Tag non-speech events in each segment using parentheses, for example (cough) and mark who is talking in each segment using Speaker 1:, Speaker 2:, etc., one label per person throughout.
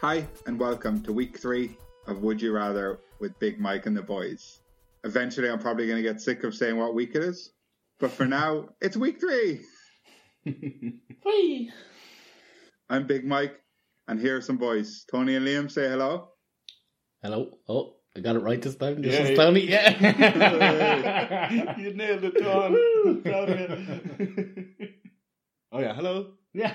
Speaker 1: Hi, and welcome to week three of Would You Rather with Big Mike and the Boys. Eventually, I'm probably going to get sick of saying what week it is, but for now, it's week three.
Speaker 2: Whee!
Speaker 1: I'm Big Mike, and here are some boys. Tony and Liam, say hello.
Speaker 3: Hello. Oh, I got it right this time. This
Speaker 2: Yeah. (laughs)
Speaker 3: is Tony. Yeah.
Speaker 2: you nailed it, Don.
Speaker 3: Woo.
Speaker 2: Proud of you. oh yeah, hello.
Speaker 3: yeah.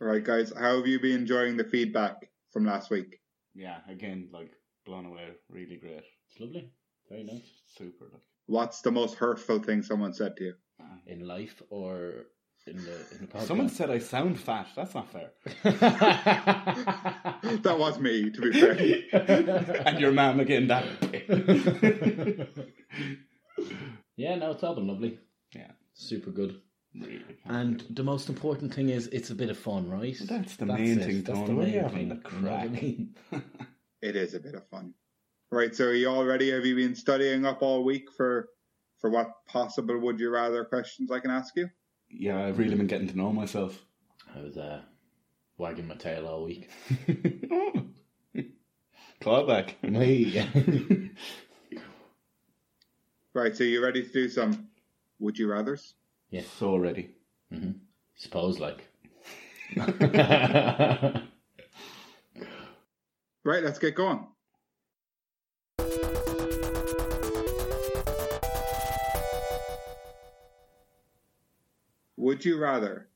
Speaker 1: All right, guys, how have you been enjoying the feedback from last week?
Speaker 2: Yeah, again, like blown away. Really great.
Speaker 3: It's lovely. Very nice.
Speaker 2: Super. Like,
Speaker 1: What's the most hurtful thing someone said to you? (laughs)
Speaker 2: man.
Speaker 3: (laughs) In life or in the in the podcast.
Speaker 2: Someone
Speaker 3: (laughs)
Speaker 2: said I sound fat. That's not fair.
Speaker 1: That was me, to be
Speaker 3: (laughs)
Speaker 1: fair.
Speaker 2: and your mom again. That.
Speaker 3: yeah, no, it's all been lovely.
Speaker 2: Yeah.
Speaker 3: Super good.
Speaker 2: Really
Speaker 3: And the most important thing is it's a bit of fun, right?
Speaker 2: that's the main
Speaker 3: it.
Speaker 2: thing,
Speaker 3: That's
Speaker 2: Don.
Speaker 3: the
Speaker 2: What are you having
Speaker 3: main thing.
Speaker 2: the
Speaker 3: You know what I
Speaker 2: crack?
Speaker 3: mean?
Speaker 1: It is a bit of fun. Right, so are you all ready? Have you been studying up all week for for what possible would you rather questions I can ask you?
Speaker 2: yeah, I've really been getting to know
Speaker 3: (laughs)
Speaker 2: myself.
Speaker 3: I was uh, wagging my tail all week.
Speaker 2: Clawback.
Speaker 1: Right, so you ready to do some would you rather's?
Speaker 3: Yeah.
Speaker 2: So ready.
Speaker 3: (laughs) Suppose
Speaker 2: (laughs)
Speaker 3: like.
Speaker 1: Right, let's get going. Would you rather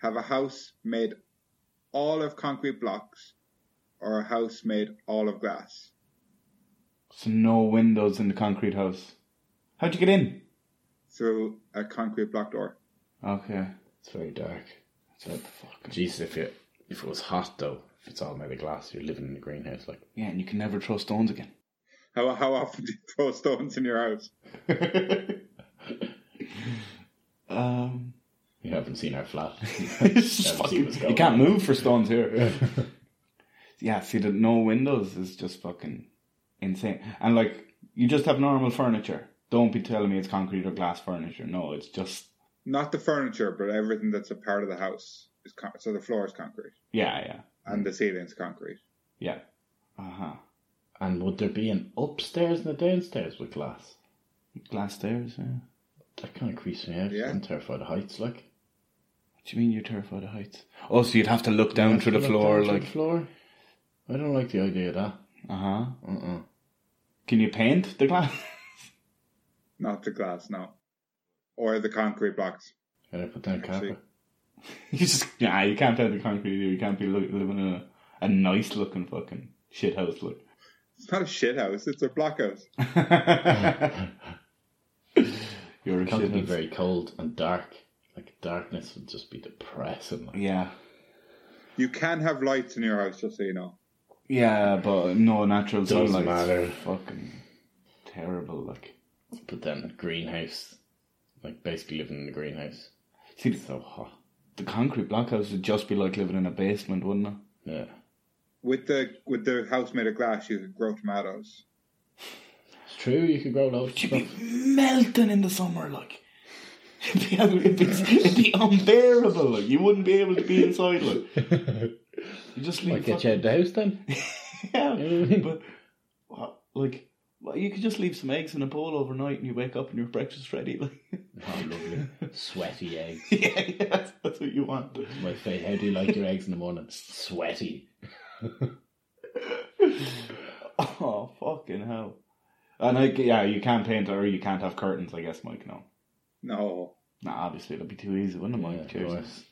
Speaker 1: have a house made all of concrete blocks or a house made all of glass?
Speaker 2: So no windows in the concrete house. How'd you get in?
Speaker 1: through a concrete block door.
Speaker 2: Okay.
Speaker 3: it's very dark.
Speaker 2: So fuck.
Speaker 3: Jeez, if it if it was hot though, if it's all made of glass, you're living in a greenhouse. Like (laughs)
Speaker 2: Yeah, and you can never throw stones again.
Speaker 1: How, how often (laughs) do you throw stones in your house?
Speaker 2: (laughs) Um,
Speaker 3: you haven't seen our flat. (laughs)
Speaker 2: fucking- you can't move for stones here. yeah, see, the no windows is just fucking insane. And like, you just have normal furniture. Don't be telling me it's concrete or glass furniture. No, it's just
Speaker 1: Not the furniture, but everything that's a part of the house. Is con- so the floor is concrete
Speaker 2: yeah, yeah,
Speaker 1: and the ceiling's concrete.
Speaker 2: yeah. Uh huh.
Speaker 3: And would there be an upstairs and a downstairs with glass?
Speaker 2: Glass stairs. Yeah. What
Speaker 3: That kind of creeps me out.
Speaker 1: Yeah.
Speaker 3: I'm terrified of heights. Like
Speaker 2: do you mean you're terrified of heights? Oh, so you'd have to look down through the
Speaker 3: Look
Speaker 2: floor,
Speaker 3: down through
Speaker 2: like.
Speaker 3: the floor. I don't like the idea of that.
Speaker 2: Uh huh.
Speaker 3: Uh-uh.
Speaker 2: Can you paint the glass?
Speaker 1: Not the glass, no. Or the concrete blocks.
Speaker 3: Can I put down
Speaker 1: Actually-
Speaker 3: carpet?
Speaker 2: (laughs) you just yeah, you can't paint the concrete. either. You can't be look, living in a, a nice looking fucking shit house. Look.
Speaker 1: It's not a shit house, it's a block house.
Speaker 2: (laughs) You're a
Speaker 3: It would be
Speaker 2: shit house.
Speaker 3: very cold and dark. Like darkness would just be depressing. Like,
Speaker 2: Yeah.
Speaker 1: You can have lights in your house, just so you know.
Speaker 2: Yeah, but no natural
Speaker 3: Doesn't
Speaker 2: sunlight.
Speaker 3: matter.
Speaker 2: Fucking terrible. Like,
Speaker 3: but then greenhouse, like basically living in the greenhouse.
Speaker 2: see,
Speaker 3: It's so hot.
Speaker 2: the concrete blockhouse would just be like living in a basement, wouldn't it?
Speaker 3: Yeah.
Speaker 1: With the with the house made of glass, you could grow tomatoes.
Speaker 3: It's true. You could grow loads of
Speaker 2: You'd be
Speaker 3: stuff.
Speaker 2: melting in the summer, like. It'd be, it'd be, it'd be unbearable. Like you wouldn't be able to be inside. Like
Speaker 3: (laughs)
Speaker 2: you just leave.
Speaker 3: Might get
Speaker 2: fucking-
Speaker 3: you out of the house
Speaker 2: (laughs)
Speaker 3: then.
Speaker 2: yeah, (laughs) but what, like well, you could just leave some eggs in a bowl overnight, and you wake up and your breakfast ready. (laughs) Like
Speaker 3: Oh, lovely. Sweaty eggs.
Speaker 2: (laughs) yeah, yeah, that's, that's what you want. (laughs)
Speaker 3: My fate. How do you like your eggs in the morning? Sweaty.
Speaker 2: Oh fucking hell! And I yeah, you can't paint or you can't have curtains. I guess Mike. No,
Speaker 1: No.
Speaker 2: nah, obviously it'd be too easy, wouldn't it,
Speaker 3: Yeah,
Speaker 2: Mike?
Speaker 3: of
Speaker 2: Cheers.
Speaker 3: course.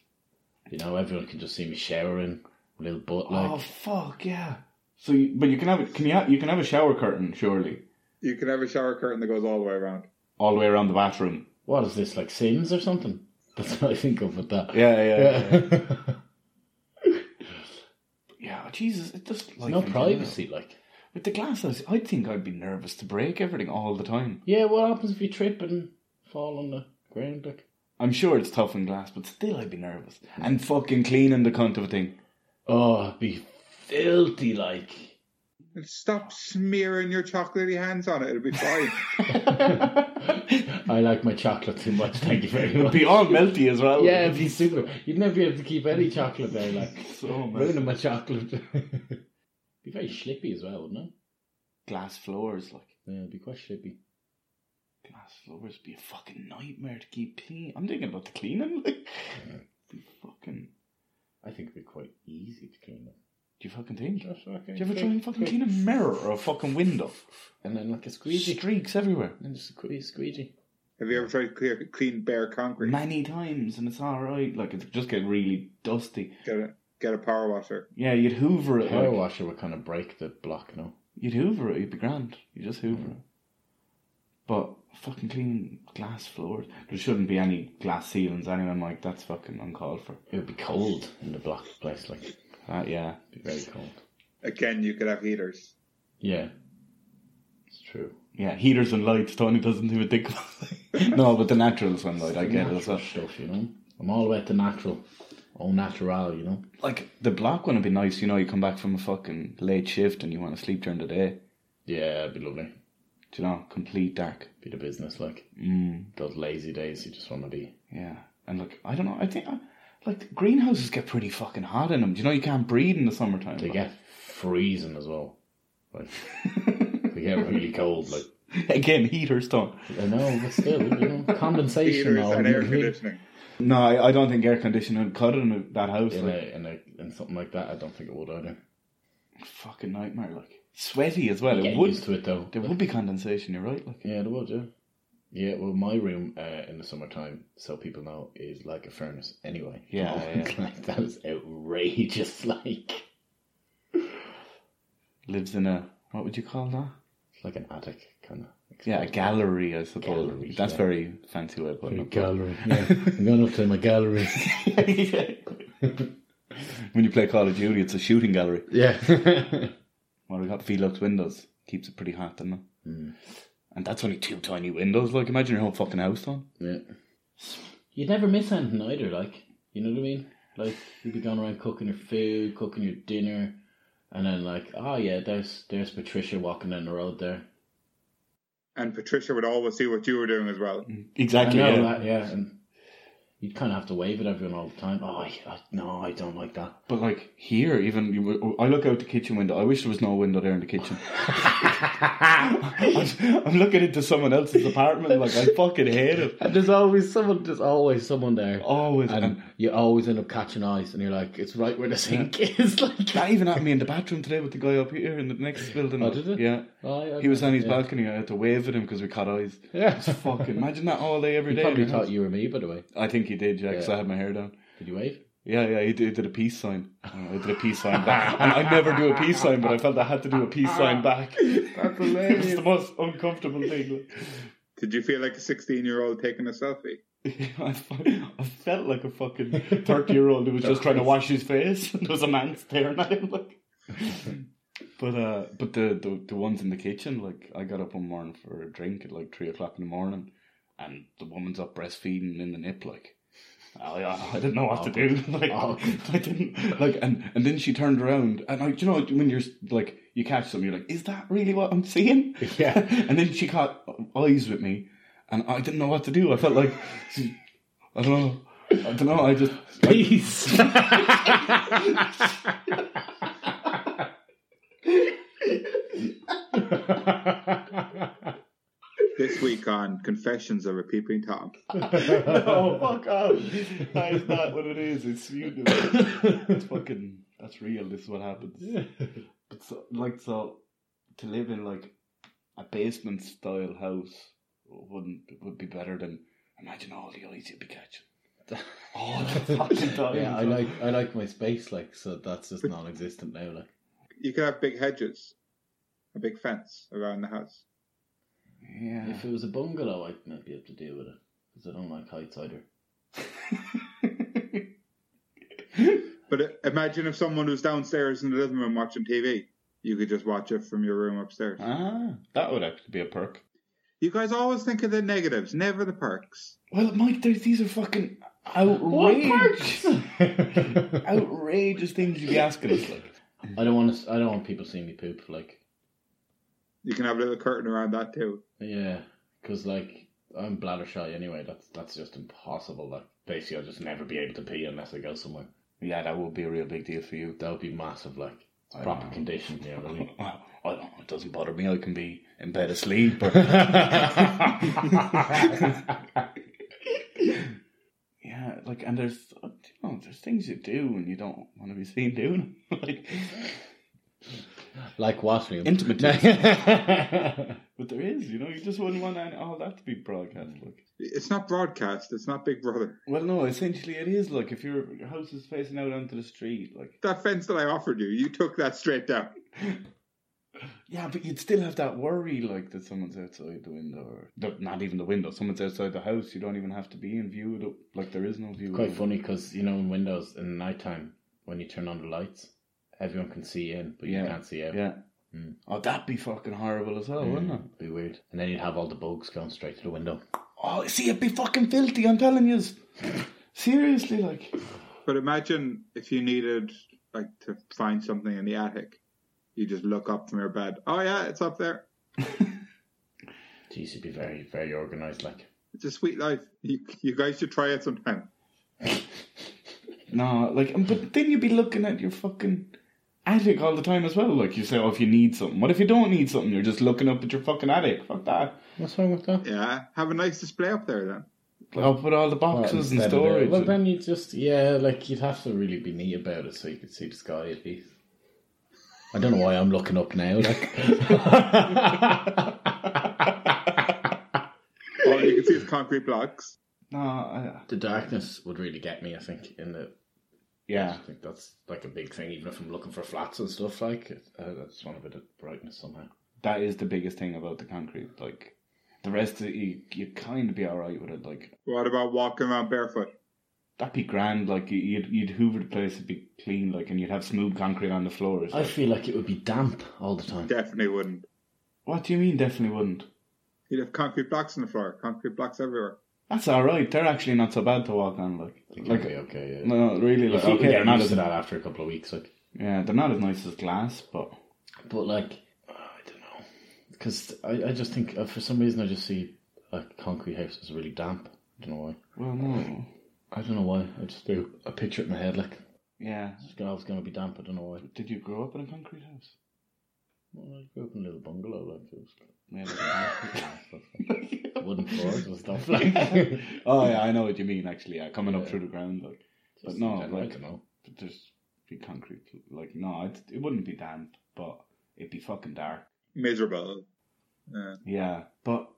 Speaker 3: You know, everyone can just see me showering, little butt like.
Speaker 2: oh fuck yeah! So, you, but you can have can you have, you can have a shower curtain surely
Speaker 1: You can have a shower curtain that goes all the way around.
Speaker 2: all the way around the
Speaker 3: (laughs)
Speaker 2: bathroom.
Speaker 3: What is this like Sims or something? (laughs) That's what I think of with that.
Speaker 2: Yeah, yeah, yeah. yeah.
Speaker 3: (laughs) Yeah.
Speaker 2: (laughs) Yeah, Jesus, it just like
Speaker 3: no privacy, like.
Speaker 2: With the glasses, I think I'd be nervous to break everything all the time.
Speaker 3: Yeah, what happens if you trip and fall on the ground? Like,
Speaker 2: I'm sure it's tough in glass, but still I'd be nervous. And fucking cleaning the cunt of a thing.
Speaker 3: oh, it'd be filthy, like.
Speaker 1: And stop smearing your chocolatey hands on it. It'll be fine.
Speaker 3: (laughs) I like my chocolate too much. (laughs) Thank you very
Speaker 2: It'd
Speaker 3: much.
Speaker 2: be all melty as well.
Speaker 3: Yeah, it'd
Speaker 2: (laughs)
Speaker 3: be super. You'd never be able to keep any chocolate there. Like (laughs)
Speaker 2: so much
Speaker 3: ruining my chocolate. (laughs) be very slippy as well, wouldn't it?
Speaker 2: glass floors, like.
Speaker 3: Yeah, it'd be quite slippy.
Speaker 2: Glass floors be a fucking nightmare to keep clean. I'm thinking about the cleaning. (laughs) Like, be fucking.
Speaker 3: I think it'd be quite easy to clean up.
Speaker 2: Do you fucking think? Do
Speaker 3: Just fucking
Speaker 2: you ever
Speaker 3: quick,
Speaker 2: try and fucking
Speaker 3: quick.
Speaker 2: clean a mirror or a fucking window?
Speaker 3: And then like a squeegee.
Speaker 2: Streaks everywhere.
Speaker 3: And just a squeeze, squeegee.
Speaker 1: Have you ever tried to clear, clean bare concrete?
Speaker 2: Many times, and it's all right. Like it just get really dusty.
Speaker 1: Get a get a power washer.
Speaker 2: Yeah, you'd Hoover it.
Speaker 3: Power
Speaker 2: Like.
Speaker 3: washer would kind of break the block, no?
Speaker 2: You'd Hoover it. You'd be grand. You just Hoover it. But fucking clean glass floors. There shouldn't be any glass ceilings. Anyone like that's fucking uncalled for.
Speaker 3: It would be cold in the block place, like it'd
Speaker 2: Uh, yeah.
Speaker 3: be very cold.
Speaker 1: Again, you could have heaters.
Speaker 3: Yeah, it's true.
Speaker 2: Yeah, heaters and lights. Tony doesn't even think about it. (laughs) no, but the natural sunlight, I get it
Speaker 3: Natural
Speaker 2: as well.
Speaker 3: stuff, you know. I'm all about the natural, all natural, you know.
Speaker 2: Like, the block one would be nice, you know, you come back from a fucking late shift and you want to sleep during the day.
Speaker 3: Yeah, it'd be lovely.
Speaker 2: Do you know, complete dark.
Speaker 3: Be the business, like
Speaker 2: Mm,
Speaker 3: those lazy days. You just want to be.
Speaker 2: yeah. And like, I don't know, I think, I, like, greenhouses get pretty fucking hot in them. Do you know, you can't breathe in the summertime.
Speaker 3: They
Speaker 2: like.
Speaker 3: get freezing as well. Like
Speaker 2: (laughs)
Speaker 3: (laughs) they get really cold. Like
Speaker 2: Again, heaters don't.
Speaker 3: I know, but still, you know, (laughs) condensation
Speaker 1: Heaters
Speaker 3: all
Speaker 1: and air
Speaker 3: in the-
Speaker 1: conditioning.
Speaker 2: No, I, I don't think air conditioning would cut it in that house.
Speaker 3: In
Speaker 2: Like,
Speaker 3: a, in a in something like that, I don't think it would either.
Speaker 2: fucking nightmare, like. Sweaty as well.
Speaker 3: Get
Speaker 2: It would,
Speaker 3: used to it though.
Speaker 2: there would be condensation, you're right, like.
Speaker 3: Yeah, the would, yeah. Yeah, well, my room uh, in the summertime, so people know, is like a furnace anyway. (laughs)
Speaker 2: Yeah,
Speaker 3: like that is outrageous. (laughs) Like,
Speaker 2: Lives in a, what would you call that?
Speaker 3: it's like an attic kind of.
Speaker 2: Yeah, a gallery, I suppose.
Speaker 3: Gallery,
Speaker 2: That's
Speaker 3: yeah.
Speaker 2: very fancy way of putting it.
Speaker 3: (laughs) gallery. Yeah, I'm going up to my (laughs) gallery.
Speaker 2: when you play Call of Duty, it's a shooting gallery.
Speaker 3: Yeah,
Speaker 2: (laughs) Well, we got Velux windows. Keeps it pretty hot, doesn't it?
Speaker 3: Mm.
Speaker 2: And that's only two tiny windows. Like, imagine your whole fucking house on.
Speaker 3: yeah. You'd never miss anything either. Like, you know what I mean? Like, you'd be going around cooking your food, cooking your dinner, and then like, oh yeah, there's there's Patricia walking down the road there.
Speaker 1: And Patricia would always see what you were doing as
Speaker 2: (laughs)
Speaker 1: well.
Speaker 2: Exactly.
Speaker 3: I know
Speaker 2: yeah.
Speaker 3: that, yeah. And you'd kind of have to wave at everyone all the time. Oh, I, I, no, I don't like that.
Speaker 2: But like here, even you, w- I look out the kitchen window. I wish there was no window there in the kitchen. I'm, I'm looking into someone else's apartment. Like I fucking hate it.
Speaker 3: And there's always someone. There's always someone there,
Speaker 2: Always.
Speaker 3: and
Speaker 2: And
Speaker 3: you always end up catching eyes, and you're like, it's right where the sink is. (laughs) Like,
Speaker 2: that even at me in the bathroom today with the guy up here in the next building.
Speaker 3: Oh, did it?
Speaker 2: Yeah.
Speaker 3: I- I-
Speaker 2: He was on his
Speaker 3: yeah.
Speaker 2: balcony. I had to wave at him because we caught eyes.
Speaker 3: Yeah.
Speaker 2: It's fucking imagine that all day (laughs) every day.
Speaker 3: He probably
Speaker 2: in your
Speaker 3: thought
Speaker 2: house.
Speaker 3: you were me, by the way.
Speaker 2: I think he did, yeah, because
Speaker 3: Yeah.
Speaker 2: I had my hair down.
Speaker 3: Did you
Speaker 2: (laughs)
Speaker 3: wave?
Speaker 2: Yeah, yeah, he did, he did a peace sign. I did a peace sign back, and I never do a peace sign, but I felt I had to do a peace sign back. That's hilarious. (laughs) it's the most uncomfortable thing.
Speaker 1: Did you feel like a 16 year old taking a selfie?
Speaker 2: (laughs) I, fu- I felt like a fucking thirty-year-old who was just trying to wash his face, (laughs) and there was a man staring at him.
Speaker 3: (laughs)
Speaker 2: Like, but uh, but the, the the ones in the kitchen, like I got up one morning for a drink at like three o'clock in the morning, and the woman's up breastfeeding in the nip, like. I, I, I didn't know what to do. (laughs) Like,
Speaker 3: Awkward.
Speaker 2: I didn't like, and and then she turned around, and like, you know, when you're like, you catch something, you're like, is that really what I'm seeing?
Speaker 3: Yeah.
Speaker 2: (laughs) and then she caught eyes with me, and I didn't know what to do. I felt like, I don't know, I don't know. I just (laughs)
Speaker 3: Peace.
Speaker 1: This week on Confessions of a Peeping Tom.
Speaker 2: no, fuck off. That is not what it is. It's you. It's fucking. That's real. This is what happens. But so, like so, to live in like a basement style house wouldn't would be better than imagine all the eyes you'd be catching. (laughs) All the fucking time.
Speaker 3: (laughs)
Speaker 2: (laughs)
Speaker 3: yeah, I like I like my space like so that's just non-existent now like.
Speaker 1: You could have big hedges, a big fence around the house.
Speaker 2: Yeah.
Speaker 3: If it was a bungalow, I might be able to deal with it because I don't like heights either.
Speaker 1: But i- imagine if someone was downstairs in the living room watching TV. You could just watch it from your room upstairs.
Speaker 2: ah, that would actually be a perk.
Speaker 1: You guys always think of the negatives, never the perks.
Speaker 2: Well, Mike, there's, these are fucking outrageous, (laughs) outrageous things you'd be asking us. Like,
Speaker 3: I don't want to. I don't want people seeing me poop. Like
Speaker 1: You can have a little curtain around that too.
Speaker 3: Yeah, because like I'm bladder shy anyway. That's that's just impossible. Like basically, I'll just never be able to pee unless I go somewhere.
Speaker 2: Yeah, that would be a real big deal for you.
Speaker 3: That would be massive. Like it's
Speaker 2: I
Speaker 3: proper
Speaker 2: know.
Speaker 3: condition. You know what I
Speaker 2: (laughs)
Speaker 3: mean?
Speaker 2: Well, I don't know, it doesn't bother me. I can be in bed asleep. (laughs) Or... yeah, like, and there's, you know, there's things you do and you don't want to be seen doing. (laughs) 'em. like,
Speaker 3: Like what? Liam?
Speaker 2: Intimate.
Speaker 3: yeah,
Speaker 2: but there is, you know, you just wouldn't want any, all that to be broadcast. Like,
Speaker 1: It's not broadcast. It's not Big Brother.
Speaker 2: well, no, essentially it is. Like, if your your house is facing out onto the street, like,
Speaker 1: That fence that I offered you, you took that straight down.
Speaker 2: Yeah, but you'd still have that worry, like that someone's outside the window, or th- not even the window. Someone's outside the house. You don't even have to be in view. Of the, like there is no view.
Speaker 3: (laughs) quite
Speaker 2: of-
Speaker 3: funny because you know in windows in the nighttime when you turn on the lights, everyone can see in, but
Speaker 2: Yeah.
Speaker 3: you can't see out.
Speaker 2: Yeah.
Speaker 3: Mm.
Speaker 2: Oh, that'd be fucking horrible as well, wouldn't it?
Speaker 3: Be weird. And then you'd have all the bugs going straight to the window.
Speaker 2: Oh, see, it'd be fucking filthy. I'm telling you. Seriously, like
Speaker 1: But imagine if you needed like to find something in the attic. You just look up from your bed. Oh yeah, it's up there.
Speaker 3: Jeez, you'd be very, very organised. Like,
Speaker 1: It's a sweet life. You, you guys should try it sometime.
Speaker 2: no, like, and- but then you'd be looking at your fucking attic all the time as well. Like you say, oh, if you need something. What if you don't need something? You're just looking up at your fucking attic. Fuck that.
Speaker 3: what's wrong with that?
Speaker 1: Yeah, have a nice display up there
Speaker 2: (laughs)
Speaker 1: then.
Speaker 2: Like, I'll put all the boxes and
Speaker 3: Instead of
Speaker 2: storage.
Speaker 3: the- Well, then you just yeah, like you'd have to really be neat about it so you could see the sky at least. I don't know why I'm looking up now.
Speaker 2: (laughs)
Speaker 3: Like,
Speaker 1: All you can see is concrete blocks.
Speaker 2: no, I,
Speaker 3: the darkness would really get me. I think in the
Speaker 2: yeah.
Speaker 3: I think that's like a big thing. Even if I'm looking for flats and stuff, like uh, that's one of bit of brightness somehow.
Speaker 2: that is the biggest thing about the concrete. Like the rest of it, you, you kind of be all right with it. Like
Speaker 1: What about walking around barefoot?
Speaker 2: that'd be grand. Like you- you'd you'd hoover the place, it'd be clean. Like and you'd have smooth concrete on the floors.
Speaker 3: I feel like it would be damp all the time.
Speaker 1: Definitely wouldn't.
Speaker 2: what do you mean? Definitely wouldn't.
Speaker 1: You'd have concrete blocks on the floor. Concrete blocks everywhere.
Speaker 2: That's all right. They're actually not so bad to walk on. Like
Speaker 3: Like,
Speaker 2: like
Speaker 3: okay, okay, yeah.
Speaker 2: no, really. Like
Speaker 3: If
Speaker 2: okay,
Speaker 3: you okay,
Speaker 2: they're
Speaker 3: get
Speaker 2: not
Speaker 3: used
Speaker 2: as
Speaker 3: to that after a couple of weeks, like.
Speaker 2: yeah, they're not as nice as glass, but
Speaker 3: But like, uh, I don't know, because I, I just think uh, for some reason I just see a concrete house is really damp. I don't know why.
Speaker 2: well no.
Speaker 3: I don't know why. I just do a picture in my head like
Speaker 2: Yeah.
Speaker 3: it's gonna- it's going to be damp. I don't know why.
Speaker 2: Did you grow up in a concrete house?
Speaker 3: Well, I grew up in a little bungalow like it was
Speaker 2: Yeah,
Speaker 3: (laughs)
Speaker 2: like- (laughs)
Speaker 3: wooden floors and stuff (laughs) like. But
Speaker 2: oh yeah, I know what you mean. Actually, yeah, coming up through the ground like. But no,
Speaker 3: I
Speaker 2: like-
Speaker 3: don't know.
Speaker 2: But there's be concrete. Like no, it, it wouldn't be damp, but it'd be fucking dark.
Speaker 1: Miserable. Yeah.
Speaker 2: Yeah, but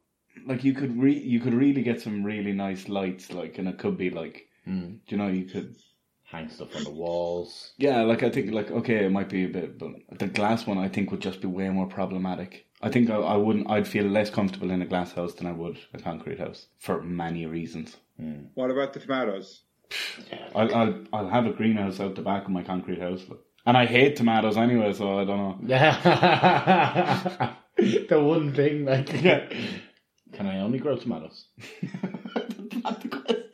Speaker 2: like you could re- you could really get some really nice lights. Like, and it could be like
Speaker 3: Mm.
Speaker 2: do you know you could
Speaker 3: Hang stuff on the walls.
Speaker 2: yeah. Like I think like okay, it might be a bit, but the glass one I think would just be way more problematic. I think I, I wouldn't. I'd feel less comfortable in a glass house than I would a concrete house for many reasons.
Speaker 3: Hmm.
Speaker 1: (laughs) What about the tomatoes?
Speaker 2: I'll I'll, I'll have a greenhouse out the back of my concrete house, like. and I hate tomatoes anyway, so I don't know.
Speaker 3: the one thing like (laughs) Can I only grow tomatoes?
Speaker 2: Not the question.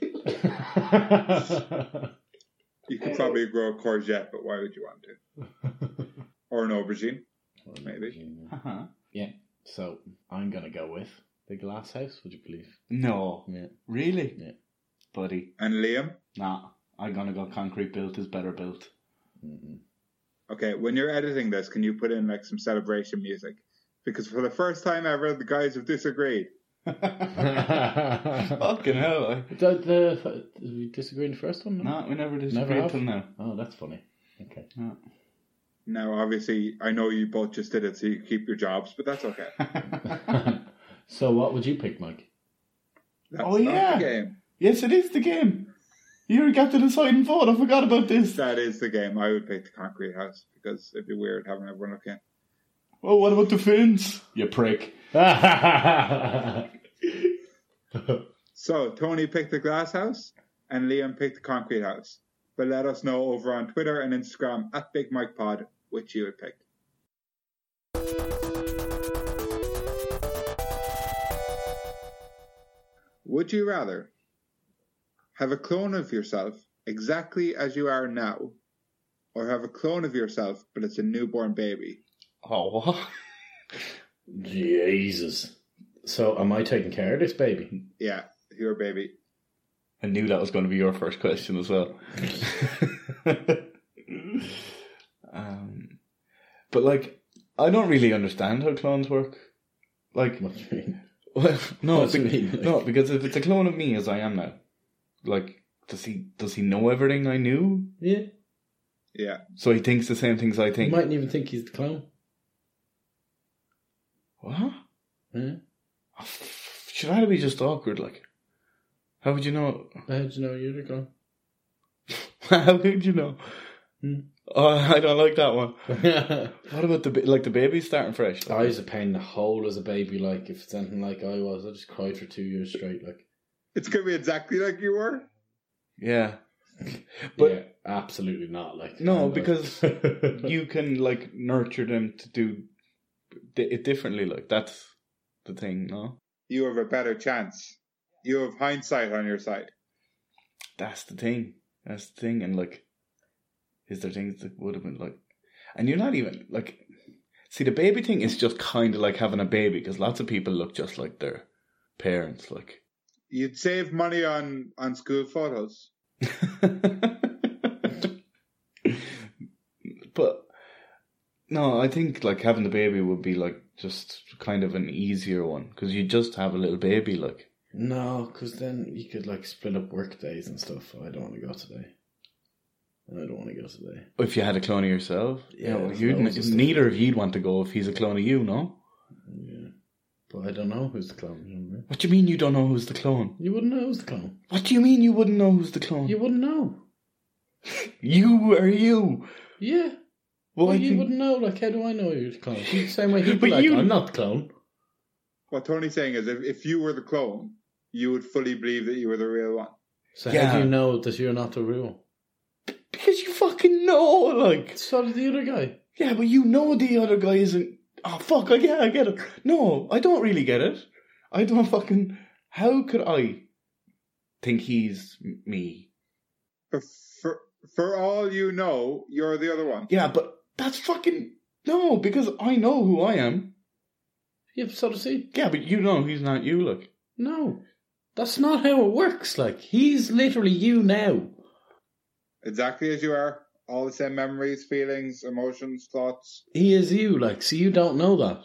Speaker 3: (laughs)
Speaker 1: You could probably grow a courgette, but why would you want to? Or an aubergine? Maybe.
Speaker 2: Uh-huh.
Speaker 3: So I'm gonna go with the glass house. Would you believe?
Speaker 2: (laughs) No,
Speaker 3: Yeah.
Speaker 2: really,
Speaker 3: Yeah.
Speaker 2: buddy.
Speaker 1: And Liam?
Speaker 2: Nah, I'm gonna go concrete built is better
Speaker 3: (laughs)
Speaker 2: built.
Speaker 3: Mm-mm.
Speaker 1: Okay, when you're editing this, can you put in like some celebration music? Because for the first time ever, the guys have disagreed.
Speaker 2: Fucking hell. I...
Speaker 3: Did, uh, did we disagree in the first one?
Speaker 2: Nah, we never
Speaker 3: Never
Speaker 2: disagreed
Speaker 3: have.
Speaker 2: till now. (laughs)
Speaker 3: Oh, that's funny. (laughs) Okay.
Speaker 1: Now, obviously, I know you both just did it, so you keep your jobs, but that's okay.
Speaker 3: so what would you pick, (laughs) Mike?
Speaker 1: That's
Speaker 2: Oh,
Speaker 1: not
Speaker 2: yeah.
Speaker 1: the game.
Speaker 2: yes, it is the game. You got to decide and vote. I forgot about this.
Speaker 1: That is the game. I would pick the concrete house because it'd be weird having everyone look in.
Speaker 2: Well, what about the fins? You prick.
Speaker 1: So Tony picked the glass house and Liam picked the concrete house. But let us know over on Twitter and Instagram at Big Mike Pod which you would pick. Would you rather have a clone of yourself exactly as you are now, or have a clone of yourself but it's a newborn baby?
Speaker 2: Oh, what?
Speaker 3: Jesus. So am I taking care of this baby? (laughs)
Speaker 1: Yeah, your baby.
Speaker 2: I knew that was going to be your first question as
Speaker 3: (laughs)
Speaker 2: well. (laughs) um, but like, I don't really understand how clones work. Like,
Speaker 3: What do you mean? (laughs)
Speaker 2: well, no,
Speaker 3: What do you
Speaker 2: be-
Speaker 3: mean, like?
Speaker 2: no, because if it's a clone of me as I am now, like, does he does he know everything I knew?
Speaker 3: Yeah.
Speaker 1: Yeah,
Speaker 2: So he thinks the same things I
Speaker 3: You
Speaker 2: think.
Speaker 3: mightn't even think he's the clone.
Speaker 2: What? Ah,
Speaker 3: Yeah.
Speaker 2: Should I be just awkward? Like, how would you know? (laughs)
Speaker 3: How do you know you're the clone?
Speaker 2: how would you know?
Speaker 3: Hmm.
Speaker 2: Oh, I don't like that one.
Speaker 3: (laughs) I
Speaker 2: What about the ba- like the baby starting fresh?
Speaker 3: was a pain in the hole as a baby. Like if it's anything like I was, I just cried for two years straight. Like,
Speaker 1: it's gonna be exactly like you were.
Speaker 2: Yeah, But-
Speaker 3: yeah, absolutely not. Like
Speaker 2: No,
Speaker 3: I'm like- (laughs)
Speaker 2: because you can like nurture them to do di- it differently. Like that's the thing. No,
Speaker 1: You have a better chance. You have hindsight on your side.
Speaker 2: that's the thing. That's the thing. And like, is there things that would have been like, and you're not even like, see the baby thing is just kind of like having a baby because lots of people look just like their parents. Like, (laughs)
Speaker 1: You'd save money on on school photos.
Speaker 2: but no, I think like having the baby would be like just kind of an easier one because you just have a little baby. Like,
Speaker 3: no, because then you could like split up work days and stuff. I don't want to go today. I don't want to go today.
Speaker 2: if you had a clone of yourself,
Speaker 3: Yeah,
Speaker 2: yeah, well,
Speaker 3: there's
Speaker 2: you'd,
Speaker 3: loads of stuff.
Speaker 2: neither of you'd want to go if he's a clone of you, no?
Speaker 3: Yeah, but I don't know who's the clone. Remember?
Speaker 2: What do you mean you don't know who's the clone?
Speaker 3: You wouldn't know who's the clone.
Speaker 2: What do you mean you wouldn't know who's the clone?
Speaker 3: You
Speaker 2: You,
Speaker 3: wouldn't know.
Speaker 2: are you.
Speaker 3: Yeah.
Speaker 2: Well,
Speaker 3: Well,
Speaker 2: I
Speaker 3: you
Speaker 2: think-
Speaker 3: wouldn't know. Like, how do I know you're the clone? You- (laughs) Same way he'd be
Speaker 2: But
Speaker 3: like,
Speaker 2: you-
Speaker 3: I'm not the clone.
Speaker 1: What Tony's saying is, if, if you were the clone, you would fully believe that you were the real one.
Speaker 3: So how
Speaker 2: Yeah.
Speaker 3: do you know that you're not the real?
Speaker 2: because you fucking know, like,
Speaker 3: So did the other guy.
Speaker 2: yeah, but you know the other guy isn't. Oh fuck! I get, I get it. No, I don't really get it. I don't fucking. How could I think he's m- me?
Speaker 1: But for for all you know, you're the other one.
Speaker 2: Yeah, but that's fucking no, because I know who I am.
Speaker 3: Yep, so does he.
Speaker 2: Yeah, but you know he's not you. Look,
Speaker 3: No. That's not how it works. Like, he's literally you now.
Speaker 1: Exactly as you are. All the same memories, feelings, emotions, thoughts.
Speaker 3: He is you. Like, so you don't know that.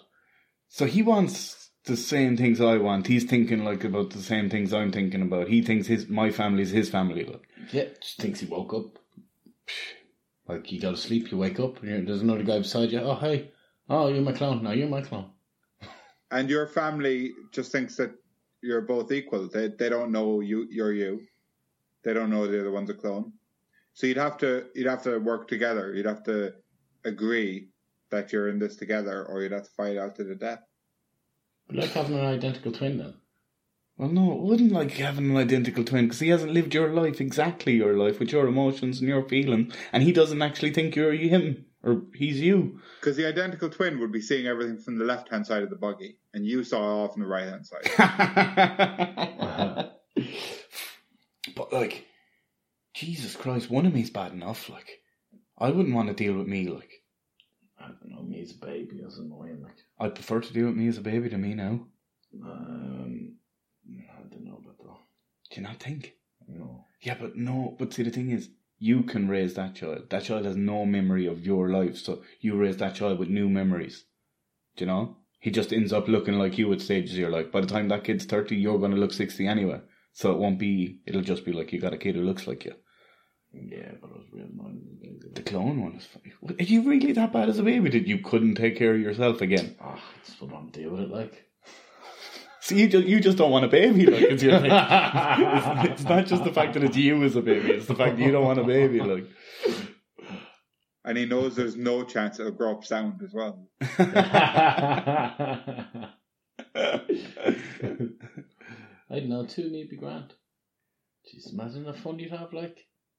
Speaker 2: So he wants the same things I want. He's thinking like about the same things I'm thinking about. He thinks his my family's his family. Like,
Speaker 3: Yeah, just thinks he woke up. Like, you go to sleep, you wake up, and you're, there's another guy beside you. Oh, hey. Oh, you're my clone. No, you're my clone.
Speaker 1: And your family just thinks that you're both equal. They they don't know you you're you. They don't know the other one's a clone. So you'd have to you'd have to work together. You'd have to agree that you're in this together or you'd have to fight out to the death.
Speaker 3: But like having an identical twin (laughs) then.
Speaker 2: well, no, it wouldn't like having an identical twin because he hasn't lived your life exactly your life with your emotions and your feelings, and he doesn't actually think you're him or he's you.
Speaker 1: Because the identical twin would be seeing everything from the left hand side of the buggy, and you saw it all from the right hand side.
Speaker 3: Uh-huh.
Speaker 2: (laughs) but like, Jesus Christ, one of me's bad enough. Like, I wouldn't want to deal with me. Like,
Speaker 3: I don't know, me as a baby is annoying. Like,
Speaker 2: I'd prefer to deal with me as a baby to me now.
Speaker 3: Um, I don't know about that.
Speaker 2: Do you not think?
Speaker 3: No.
Speaker 2: Yeah, but no. But see, the thing is, you can raise that child. That child has no memory of your life, so you raise that child with new memories. Do you know? He just ends up looking like you at stages of your life. By the time that kid's thirty, you're going to look sixty anyway. So it won't be. It'll just be like you got a kid who looks like you.
Speaker 3: Yeah, but I was real annoyed
Speaker 2: The clone one is funny. Are you really that bad as a baby that you couldn't take care of yourself again?
Speaker 3: Ah, I just wouldn't want to deal with it, (laughs) like.
Speaker 2: So you just you just don't want a baby. Like it's your thing. it's not just the fact that it's you as a baby. It's the fact that you don't want a baby. Like.
Speaker 1: And he knows there's no chance it'll grow up sound as well.
Speaker 2: (laughs)
Speaker 3: I don't know, two need be grand. Jeez, imagine the fun you'd have, like.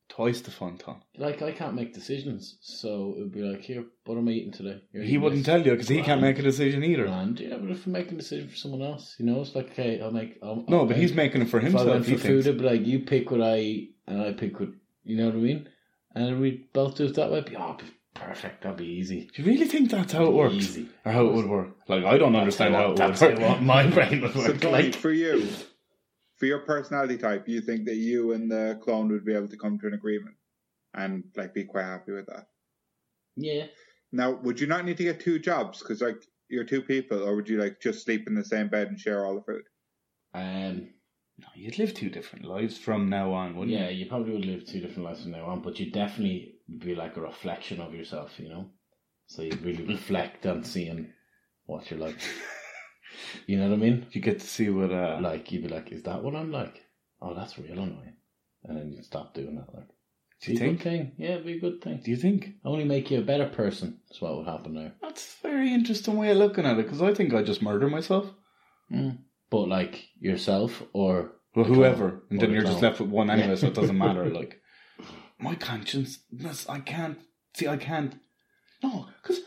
Speaker 2: Twice the fun, Tom.
Speaker 3: Like, I can't make decisions, so it would be like, here, what am I eating today? You're
Speaker 2: He
Speaker 3: eating
Speaker 2: wouldn't
Speaker 3: this.
Speaker 2: tell you because he can't make a decision either.
Speaker 3: Grand, yeah, but if I'm making a decision for someone else, you know, it's like, okay, I'll make. I'll,
Speaker 2: No,
Speaker 3: I'll
Speaker 2: but
Speaker 3: pay.
Speaker 2: he's making it for
Speaker 3: If I
Speaker 2: himself.
Speaker 3: went
Speaker 2: He
Speaker 3: for
Speaker 2: thinks.
Speaker 3: food, I'd be like, you pick what I eat, and I pick what, you know what I mean? And we both do it that way. I'd be, oh, it'd be perfect. That'd be easy.
Speaker 2: Do you really think that's how it works?
Speaker 3: Easy.
Speaker 2: Or how it would work? Like, I don't understand how it
Speaker 3: That's
Speaker 2: would
Speaker 3: what
Speaker 2: (laughs) work.
Speaker 3: my brain would
Speaker 1: So
Speaker 3: work
Speaker 1: Tony,
Speaker 3: like.
Speaker 1: for you, for your personality type, you think that you and the clone would be able to come to an agreement and like be quite happy with that.
Speaker 3: Yeah.
Speaker 1: Now, would you not need to get two jobs because like you're two people, or would you like just sleep in the same bed and share all the food?
Speaker 3: Um.
Speaker 2: No, you'd live two different lives from now on, wouldn't
Speaker 3: Yeah,
Speaker 2: you?
Speaker 3: you probably would live two different lives from now on, but you definitely would be like a reflection of yourself, you know. So you really reflect on seeing what you're like. You know what I mean?
Speaker 2: (laughs) You get to see what uh,
Speaker 3: Like you'd be like, "Is that what I'm like? Oh, that's real annoying," and then you stop doing that. Like,
Speaker 2: do you
Speaker 3: be a
Speaker 2: think?
Speaker 3: good thing? Yeah, it'd be a good thing.
Speaker 2: Do you think?
Speaker 3: Only make you a better person. That's what would happen there.
Speaker 2: That's a very interesting way of looking at it because I think I just murder myself.
Speaker 3: But like yourself or
Speaker 2: Well,
Speaker 3: The
Speaker 2: whoever,
Speaker 3: clone.
Speaker 2: and
Speaker 3: Or
Speaker 2: then
Speaker 3: the
Speaker 2: you're just
Speaker 3: clone.
Speaker 2: left with one anyway,
Speaker 3: Yeah.
Speaker 2: so it
Speaker 1: (laughs)
Speaker 2: doesn't matter. Like my conscience, that's- I can't see. I can't. No, because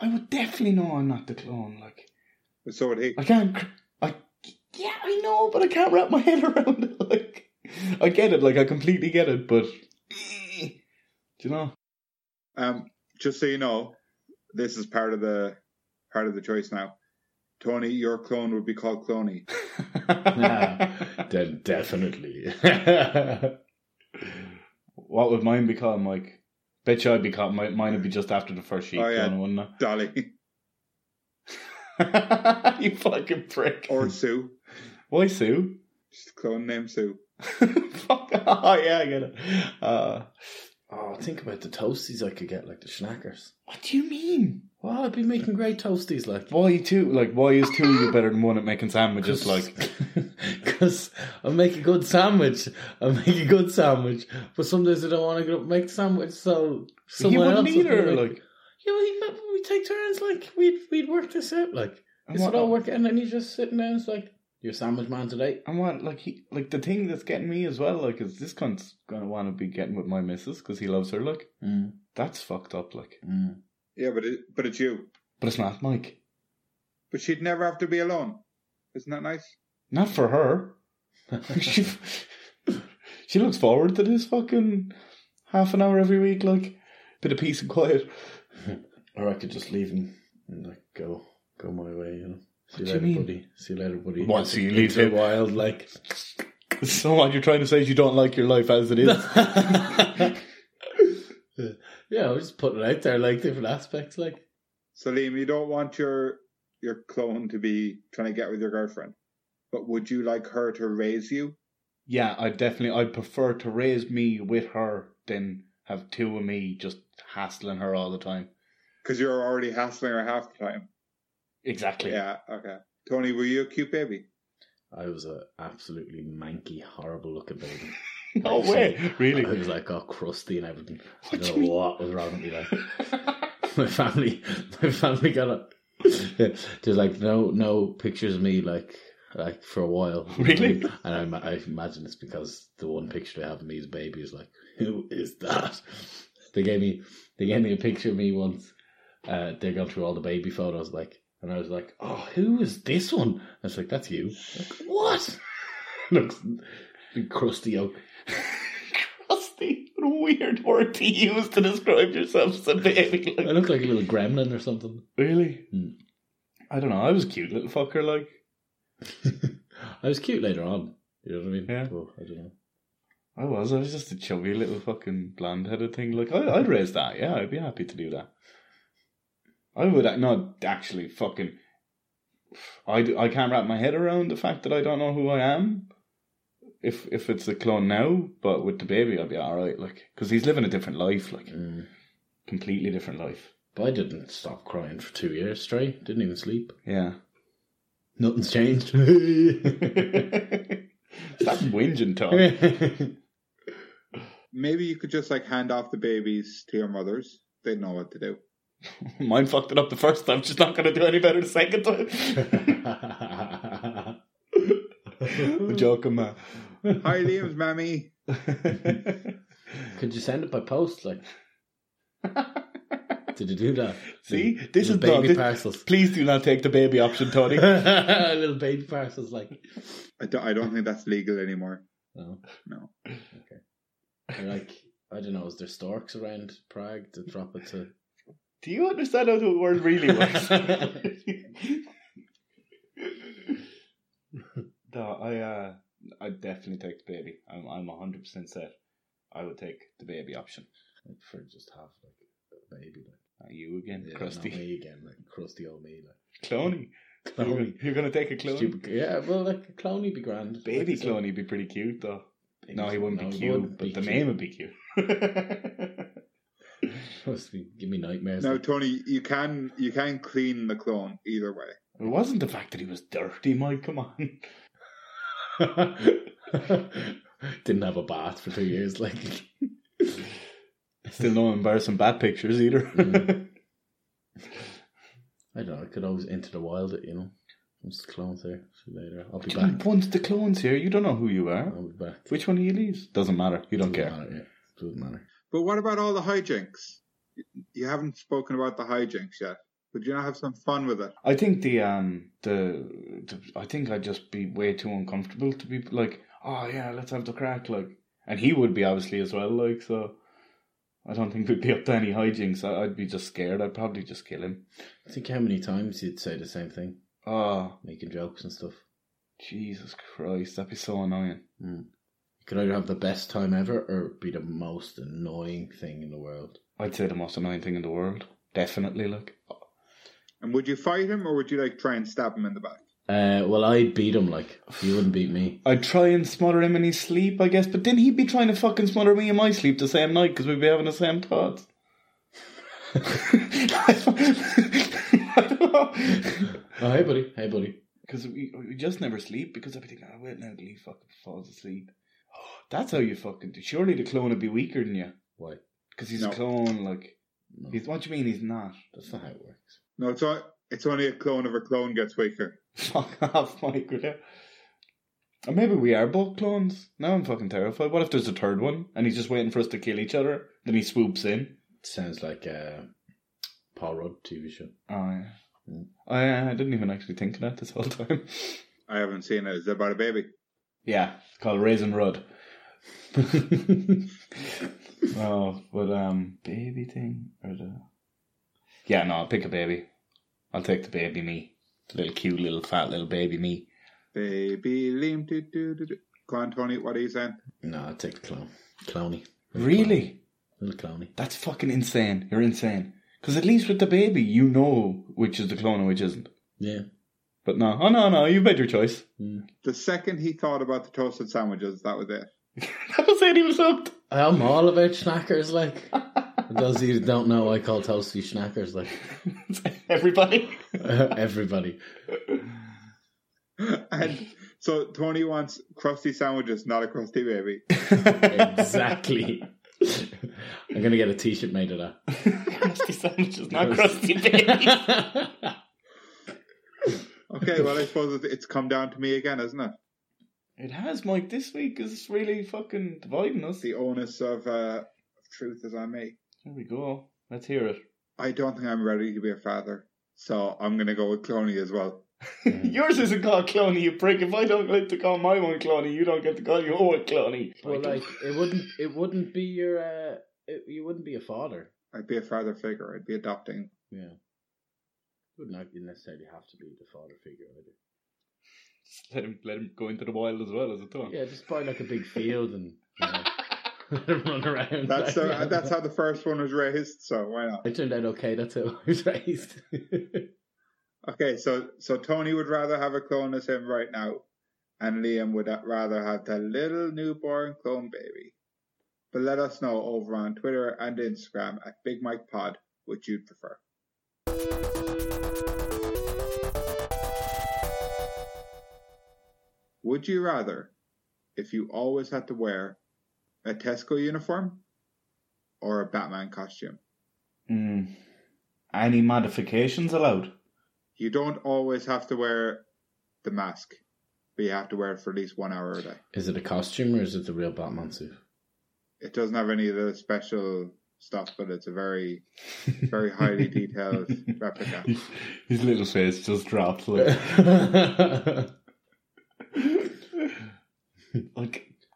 Speaker 2: I would definitely know I'm not the clone. Like
Speaker 1: So would he.
Speaker 2: I can't. cr- I yeah, I know, but I can't wrap my head (laughs) around it. Like I get it. Like I completely get it, but do you know?
Speaker 1: Um, just so you know, this is part of the part of the choice now. Tony, your clone would be called Cloney. (laughs)
Speaker 3: then definitely.
Speaker 2: (laughs) what would mine be called, Mike? Bet you I'd be called. mi- Mine would be just after the first sheep,
Speaker 1: Oh, yeah.
Speaker 2: clone, wouldn't it?
Speaker 1: Dolly
Speaker 2: (laughs) you fucking prick.
Speaker 1: or Sue.
Speaker 2: Why Sue? (laughs)
Speaker 1: Just clone name Sue.
Speaker 2: Fuck. (laughs) Oh, yeah, I get it. Uh,
Speaker 3: oh, think about the toasties I could get, like the schnackers.
Speaker 2: what do you mean?
Speaker 3: Well, I'd be making great toasties, like.
Speaker 2: Why two? Like, why is two of you better than one at making
Speaker 3: (laughs)
Speaker 2: sandwiches? Like,
Speaker 3: because I make a good sandwich. I make a good sandwich, but some days I don't want to go make the sandwich, so
Speaker 2: he
Speaker 3: someone
Speaker 2: wouldn't
Speaker 3: else will
Speaker 2: either.
Speaker 3: make-
Speaker 2: Like,
Speaker 3: yeah, well, he might- we take turns. Like we'd we'd work this out. Like
Speaker 2: and
Speaker 3: this would
Speaker 2: what,
Speaker 3: all work, out, and then he's just sitting there. And it's like your sandwich man today.
Speaker 2: and what? Like, he, like the thing that's getting me as well. Like, is this cunt's gonna want to be getting with my missus because he loves her. Like,
Speaker 3: Mm,
Speaker 2: that's fucked up. Like,
Speaker 3: mm.
Speaker 1: Yeah, but it, but it's you.
Speaker 2: but it's not Mike.
Speaker 1: But she'd never have to be alone. Isn't that nice?
Speaker 2: Not for her. (laughs) she, (laughs) she looks forward to this fucking half an hour every week, like bit of peace and quiet.
Speaker 3: Or I could just leave him and like go go my way, you know. See
Speaker 2: What do
Speaker 3: you
Speaker 2: you
Speaker 3: later,
Speaker 2: mean?
Speaker 3: buddy. See you later, buddy.
Speaker 2: What, so you
Speaker 3: Into
Speaker 2: leave
Speaker 3: the
Speaker 2: him?
Speaker 3: wild, like
Speaker 2: (laughs) So what you're trying to say is you don't like your life as it is.
Speaker 3: (laughs) yeah, I was just putting it out there, like different aspects, like
Speaker 1: Salim, you don't want your your clone to be trying to get with your girlfriend, but would you like her to raise you?
Speaker 2: (laughs) yeah, I definitely I'd prefer to raise me with her than have two of me just hassling her all the time.
Speaker 1: Because you're already hassling her half the time.
Speaker 2: Exactly.
Speaker 1: Yeah, okay. Tony, were you a cute baby?
Speaker 3: I was a absolutely manky, horrible looking baby.
Speaker 2: (laughs) No way.
Speaker 3: I
Speaker 2: Really.
Speaker 3: was like all crusty and everything. I
Speaker 2: What do
Speaker 3: don't
Speaker 2: you
Speaker 3: know
Speaker 2: mean? (laughs)
Speaker 3: what was wrong with me. Like (laughs) my family, my family got a. (laughs) There's like no no pictures of me like like for a while. you know what
Speaker 2: (laughs)
Speaker 3: I
Speaker 2: Really?
Speaker 3: mean? (laughs) And I, ima- I imagine it's because the one picture they have of me as a baby is like, (laughs) who is that? (laughs) They gave me they gave me a picture of me once. Uh, they're going through all the baby photos like, and I was like, oh, who is this one? I was like, that's you. (laughs) Like, what? (laughs) Looks crusty oak.
Speaker 2: Crusty weird word to use to describe yourself (laughs) as a baby.
Speaker 3: I look like a little gremlin or something. (laughs)
Speaker 2: Really?
Speaker 3: Hmm.
Speaker 2: I don't know. I was a cute little fucker, like.
Speaker 3: I was cute later on. You know what I mean?
Speaker 2: Yeah.
Speaker 3: Well, I don't know.
Speaker 2: I was. I was just a chubby little fucking blonde headed thing. Like, I, I'd raise that. Yeah, I'd be happy to do that. I would ac- not actually fucking. I, d- I can't wrap my head around the fact that I don't know who I am. If if it's a clone now, but with the baby, I'd be all right. Like, because he's living a different life, like
Speaker 3: Mm.
Speaker 2: completely different life.
Speaker 3: But I didn't stop crying for two years straight. Didn't even sleep.
Speaker 2: Yeah.
Speaker 3: Nothing's
Speaker 2: (laughs)
Speaker 3: (laughs) changed.
Speaker 2: Stop whinging, Tom.
Speaker 3: yeah,
Speaker 1: Maybe you could just like hand off the babies to your mothers. They know what to do.
Speaker 2: Mine fucked it up the first time. She's not going to do any better the second (laughs) time. I'm joking, man.
Speaker 1: Hi, Liam's mammy.
Speaker 3: Could you send it by post?
Speaker 2: (laughs)
Speaker 3: Like, did you do that?
Speaker 2: (laughs) See, this is
Speaker 3: baby
Speaker 2: not. This, (laughs)
Speaker 3: parcels. (laughs)
Speaker 2: please do not take the baby option, (laughs) Tony.
Speaker 3: little baby parcels, like.
Speaker 1: I don't, I don't think that's legal anymore.
Speaker 3: No.
Speaker 1: No.
Speaker 3: Okay. Or like I don't know. Is there storks around Prague to drop
Speaker 2: (laughs)
Speaker 3: it to?
Speaker 2: Do you understand how the word really (laughs)
Speaker 3: (laughs)
Speaker 2: works? no, I uh, I definitely take the baby. I'm I'm hundred percent set. I would take the baby option.
Speaker 3: I'd prefer to just have like a baby, like
Speaker 2: Are you again,
Speaker 3: yeah,
Speaker 2: crusty,
Speaker 3: not me again, like crusty old me,
Speaker 2: (laughs)
Speaker 3: like
Speaker 2: Cloney? You're gonna-
Speaker 3: Cloney.
Speaker 2: You're gonna take a clone.
Speaker 3: Stupid. Yeah, well, like Cloney be grand.
Speaker 2: Baby
Speaker 3: Like I said,
Speaker 2: Cloney would be pretty cute though.
Speaker 3: baby-
Speaker 2: No, he wouldn't
Speaker 3: no,
Speaker 2: be
Speaker 3: he
Speaker 2: cute,
Speaker 3: wouldn't
Speaker 2: but
Speaker 3: be
Speaker 2: the
Speaker 3: cute.
Speaker 2: name would be cute. (laughs)
Speaker 3: (laughs) Must be give me nightmares.
Speaker 1: No,
Speaker 3: like,
Speaker 1: Tony, you can you can clean the clone either way.
Speaker 2: It wasn't the fact that he was dirty, Mike. Come on.
Speaker 3: (laughs) Didn't have a bath for two years. Like,
Speaker 2: (laughs) Still no embarrassing bad pictures either. (laughs)
Speaker 3: Mm. I don't know. I could always enter the wild. You know, just clones there. See you later. I'll be back.
Speaker 2: Once the clone's here, you don't know who you are.
Speaker 3: I'll be back.
Speaker 2: Which one of you leaves? Doesn't matter. You don't care.
Speaker 3: Doesn't matter, yeah. Doesn't matter.
Speaker 1: But what about all the hijinks? You haven't spoken about the hijinks yet. Would you not have some fun with it?
Speaker 2: I think the um the, the I think I'd just be way too uncomfortable to be like, oh yeah, let's have the crack like, and he would be obviously as well like so. I don't think we'd be up to any hijinks. I, I'd be just scared. I'd probably just kill him.
Speaker 3: Think how many times you'd say the same thing,
Speaker 2: Oh
Speaker 3: making jokes and stuff.
Speaker 2: Jesus Christ, that'd be so annoying.
Speaker 3: You could either have the best time ever or be the most annoying thing in the world.
Speaker 2: I'd say the most annoying thing in the world. Definitely, like
Speaker 1: And would you fight him or would you like try and stab him in the back?
Speaker 3: Uh, well, I beat him. Like you wouldn't beat
Speaker 2: (laughs)
Speaker 3: me.
Speaker 2: I'd try and smother him in his sleep, I guess. But then he'd be trying to fucking smother me in my sleep the same night because we'd be having the same thoughts. (laughs)
Speaker 3: Oh, hey, buddy. Hey, buddy.
Speaker 2: Because we, we just never sleep because I'd be thinking, oh, wait now till he fucking falls asleep. (gasps) That's how you fucking do. Surely the clone would be weaker than you
Speaker 3: Why?
Speaker 2: because he's
Speaker 1: No.
Speaker 2: a clone. Like,
Speaker 3: No,
Speaker 2: he's, what do you mean he's not?
Speaker 3: that's not how it works.
Speaker 1: No, it's o- it's only a clone of a clone gets weaker.
Speaker 2: Fuck (laughs) off, Mike. Will you? Or maybe we are both clones. Now I'm fucking terrified. What if there's a third one and he's just waiting for us to kill each other? Then he swoops in.
Speaker 3: Sounds like uh, Paul Rudd TV show.
Speaker 2: Oh, yeah. Oh,
Speaker 3: Mm.
Speaker 2: I, I didn't even actually think of that this whole (laughs) time.
Speaker 1: I haven't seen it. Is it about a baby?
Speaker 2: yeah, it's called Raisin Rudd. oh, but um, baby thing or the yeah, no, I'll pick a baby. I'll take the baby me, little cute, little fat, little baby me.
Speaker 1: Baby Liam do do do do. Go on, Tony, what are you saying?
Speaker 3: no, I'd take the clown. Clowny.
Speaker 2: Really,
Speaker 3: Little clowny.
Speaker 2: that's fucking insane. You're insane. Because at least with the baby, you know which is the clone and which isn't.
Speaker 3: Yeah.
Speaker 2: But no, oh no, no, you've made your choice. (laughs)
Speaker 1: The second he thought about the toasted sandwiches, that was it. (laughs)
Speaker 2: that was it. He was hooked. (laughs)
Speaker 3: I'm all about schnackers, like. For Those of you who don't know, I call toasty schnackers, like. (laughs)
Speaker 2: Everybody.
Speaker 3: Everybody.
Speaker 1: And so Tony wants crusty sandwiches, not a crusty baby.
Speaker 2: (laughs)
Speaker 3: Exactly. I'm going to get a t shirt made of that.
Speaker 2: crusty sandwiches, not crusty
Speaker 3: (laughs) Crusty.
Speaker 2: baby.
Speaker 3: (laughs)
Speaker 1: Okay, well, (laughs) I suppose it- it's come down to me again, isn't it?
Speaker 2: It has, Mike. This week is really fucking dividing us. Here
Speaker 1: The onus of uh, truth is on me.
Speaker 2: we go. Let's hear it.
Speaker 1: I don't think I'm ready to be a father, so I'm going to go with Cloney as well.
Speaker 2: (laughs) Yours isn't called Cloney, you prick. If I don't get to call my one Cloney, you don't get to call your one Cloney.
Speaker 3: well,
Speaker 2: Michael.
Speaker 3: like, it wouldn't, it wouldn't be your, uh, it, you wouldn't be a father.
Speaker 1: I'd be a father figure. I'd be adopting.
Speaker 3: Yeah. Would not you necessarily have to be the father figure either.
Speaker 2: (laughs) Just let him let him go into the wild as well as a dog.
Speaker 3: Yeah, just buy like a big field and you know, let him (laughs) run (laughs) around.
Speaker 1: That's
Speaker 3: like,
Speaker 1: the, that's how the first one was raised. So why not?
Speaker 3: It turned out okay. That's how I was raised.
Speaker 1: Okay, so so Tony would rather have a clone as him right now, and Liam would rather have the little newborn clone baby. But let us know over on Twitter and Instagram at Big Mike Pod which you'd prefer. Would you rather, if you always had to wear a Tesco uniform or a Batman costume?
Speaker 2: Mm. Any modifications allowed?
Speaker 1: you don't always have to wear the mask, but you have to wear it for at least one hour a day.
Speaker 3: is it a costume or is it the real Batman suit? (laughs)
Speaker 1: It doesn't have any of the special stuff, but it's a very, very
Speaker 2: (laughs)
Speaker 1: highly detailed replica.
Speaker 2: (laughs) His little face just dropped. like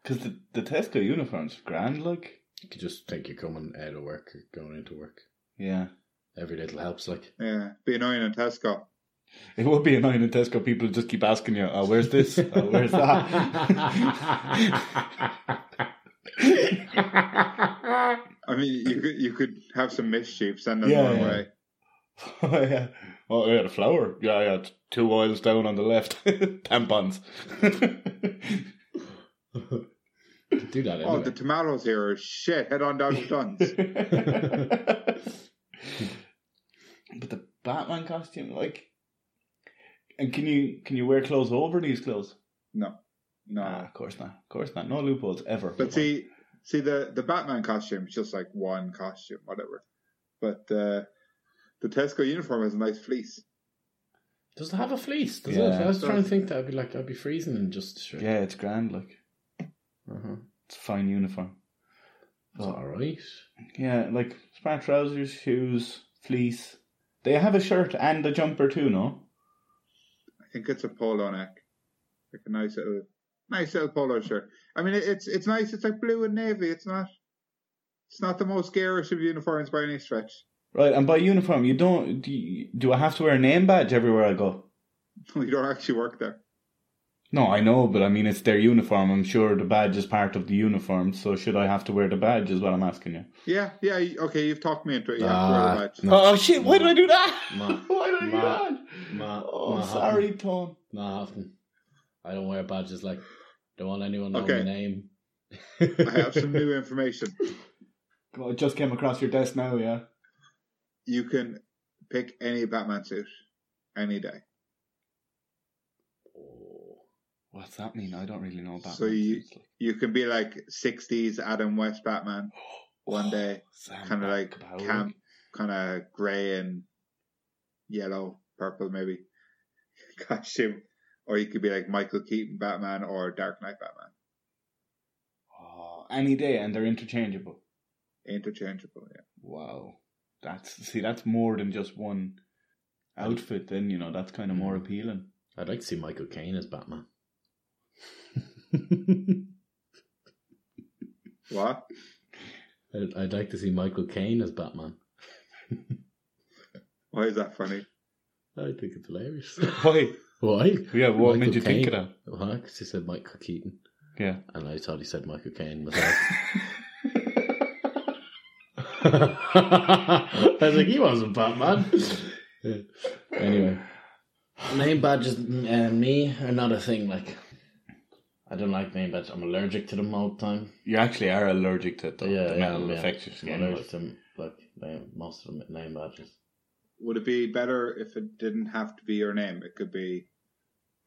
Speaker 2: because the, the Tesco uniforms are grand, like
Speaker 3: You could just think you're coming out of work or going into work.
Speaker 2: Yeah.
Speaker 3: Every little helps. (laughs) Like,
Speaker 1: Yeah, be annoying in Tesco.
Speaker 2: It would be annoying in Tesco. People just keep asking you, oh, where's this? Oh, where's
Speaker 3: (laughs)
Speaker 2: that? (laughs)
Speaker 1: I mean, you could you could have some mischief, send them
Speaker 2: Yeah,
Speaker 1: the wrong
Speaker 2: yeah.
Speaker 1: way.
Speaker 2: oh, yeah. Oh, yeah, the flower. Yeah, yeah. it's Two oils down on the left. (laughs) Tampons. (laughs)
Speaker 3: Do that
Speaker 1: Oh,
Speaker 3: anyway.
Speaker 1: the tomatoes here are shit. Head on down
Speaker 2: (laughs)
Speaker 1: to Dunn's.
Speaker 2: but the Batman costume, like, and can you can you wear clothes over these clothes? Nah,
Speaker 1: No,
Speaker 2: of course not. Of course not. No loopholes ever.
Speaker 1: but see, see the the Batman costume is just like one costume, whatever. But uh, the Tesco uniform has a nice fleece.
Speaker 3: Does it have a fleece? Does
Speaker 2: Yeah.
Speaker 3: it? I was trying to
Speaker 1: Does.
Speaker 3: think that I'd be like, I'd be freezing in just a shirt.
Speaker 2: yeah, it's grand. Like,
Speaker 3: Uh-huh.
Speaker 2: it's a fine uniform.
Speaker 3: It's all right.
Speaker 2: Yeah, like smart trousers, shoes, fleece. They have a shirt and a jumper too, no?
Speaker 1: I think it's a polo neck, like a nice little nice little polo shirt. I mean, it, it's it's nice. It's like blue and navy. It's not it's not the most garish of uniforms by any stretch. (laughs)
Speaker 2: Right, and by uniform, you don't. Do, you- do I have to wear a name badge everywhere I go?
Speaker 1: We don't actually work there.
Speaker 2: No, I know, but I mean, it's their uniform. I'm sure the badge is part of the uniform, so should I have to wear the badge, is what I'm asking you.
Speaker 1: Yeah, yeah. you- Okay, you've talked me into it. Yeah,
Speaker 3: Ah, no.
Speaker 2: Oh, shit, why did I do that?
Speaker 3: Ma-
Speaker 2: (laughs) why did I do
Speaker 3: ma-
Speaker 2: that?
Speaker 3: Ma-
Speaker 2: (laughs) Oh,
Speaker 3: ma-
Speaker 2: sorry, Tom.
Speaker 3: Not often. I don't wear badges. Like, don't want anyone knowing
Speaker 1: Okay.
Speaker 3: my name.
Speaker 1: I have some new information.
Speaker 2: God, it just came across your desk now, yeah?
Speaker 1: You can pick any Batman suit any day.
Speaker 3: Oh.
Speaker 2: What's that mean? I don't really know about
Speaker 1: So you- You can be like '60s Adam West Batman
Speaker 3: Oh.
Speaker 1: one day, kind of like camp, kind of grey and yellow, purple maybe (laughs) costume, or you could be like Michael Keaton Batman or Dark Knight Batman,
Speaker 2: Oh, any day, and they're interchangeable.
Speaker 1: interchangeable. Yeah.
Speaker 2: Wow, that's see, that's more than just one outfit. Then you know that's kind of more appealing.
Speaker 3: (laughs) I'd like to see Michael Caine as Batman. (laughs)
Speaker 1: What?
Speaker 3: I'd, I'd like to see Michael Caine as Batman.
Speaker 1: Why is that funny?
Speaker 3: I think it's hilarious.
Speaker 2: (laughs) Why?
Speaker 3: Why?
Speaker 2: Yeah, what
Speaker 3: Michael
Speaker 2: made you think
Speaker 3: Caine.
Speaker 2: of
Speaker 3: Why? Because he said Michael Keaton.
Speaker 2: Yeah.
Speaker 3: And I thought he said Michael Caine myself.
Speaker 2: that?
Speaker 3: (laughs) I was like, he wasn't Batman. anyway, (sighs) name badges and me are not a thing. Like, I don't like name badges. I'm allergic to them all the time.
Speaker 2: (laughs) you actually are allergic to it, though.
Speaker 3: yeah,
Speaker 2: the
Speaker 3: yeah,
Speaker 2: metal
Speaker 3: yeah.
Speaker 2: affects your
Speaker 3: I'm
Speaker 2: skin.
Speaker 3: allergic
Speaker 2: like.
Speaker 3: to them, like name, most of them name badges.
Speaker 1: Would it be better if it didn't have to be your name? It could be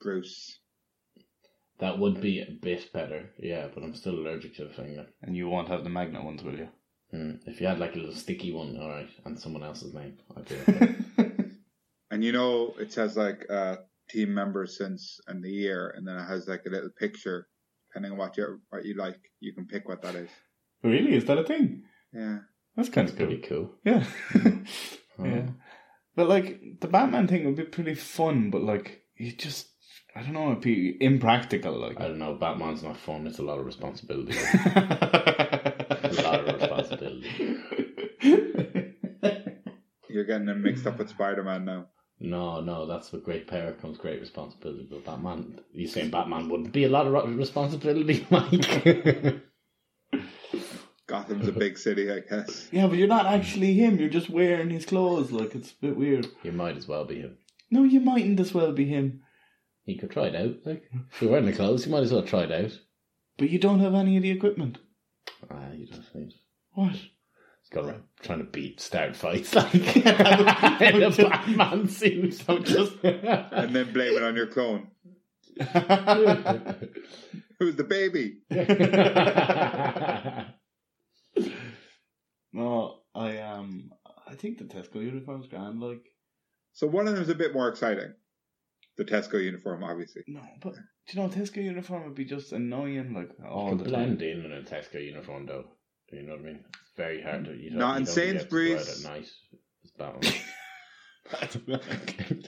Speaker 1: Bruce.
Speaker 3: That would be a bit better, yeah. But I'm still allergic to the thing. Like,
Speaker 2: And you won't have the magnet ones,
Speaker 3: (laughs)
Speaker 2: will you?
Speaker 3: hmm, if you had like a little sticky one, all right, and someone else's name, I'd be (laughs) okay.
Speaker 1: And you know, it says like uh, team member since and the year, and then it has like a little picture. Depending on what you what you like, you can pick what that is.
Speaker 2: really? Is that a thing?
Speaker 1: Yeah,
Speaker 2: That's kind of
Speaker 3: pretty
Speaker 2: cool.
Speaker 3: cool.
Speaker 2: Yeah.
Speaker 3: (laughs)
Speaker 2: (laughs)
Speaker 3: Huh.
Speaker 2: yeah. But like the Batman thing would be pretty fun, but like you just I don't know, it'd be impractical like (laughs)
Speaker 3: I don't know. Batman's not fun. It's a lot of responsibility. (laughs)
Speaker 2: a
Speaker 3: lot of responsibility.
Speaker 1: you're getting them mixed up with Spider Man now.
Speaker 3: No, no, that's with great power comes great responsibility. But Batman, you saying Batman wouldn't be a lot of ro- responsibility, (laughs) Mike?
Speaker 1: Gotham's a big city, I guess.
Speaker 2: Yeah, but you're not actually him. You're just wearing his clothes. Like it's a bit weird.
Speaker 3: you might as well be him.
Speaker 2: No, you mightn't as well be him.
Speaker 3: You could try it out. Like, if you're wearing the clothes, you might as well try it out.
Speaker 2: But you don't have any of the equipment.
Speaker 3: Ah, you don't need.
Speaker 2: What?
Speaker 3: He's got around trying to beat start fights (laughs) like in a Batman (laughs) suit. I'm just.
Speaker 1: And then blame it on your clone. It was the baby.
Speaker 2: no, I um, I think the Tesco uniform's grand. Like
Speaker 1: So one of them's a bit more exciting. The Tesco uniform, obviously.
Speaker 2: no, but do you know Tesco uniform would be just annoying like all
Speaker 3: You
Speaker 2: the
Speaker 3: could
Speaker 2: time.
Speaker 3: blend in in a Tesco uniform, though. You know what I mean? It's very hard to. You don't,
Speaker 1: Not
Speaker 3: you
Speaker 1: in
Speaker 3: don't really have to wear it
Speaker 1: Sainsbury's.
Speaker 3: At night, it's (laughs) Batman.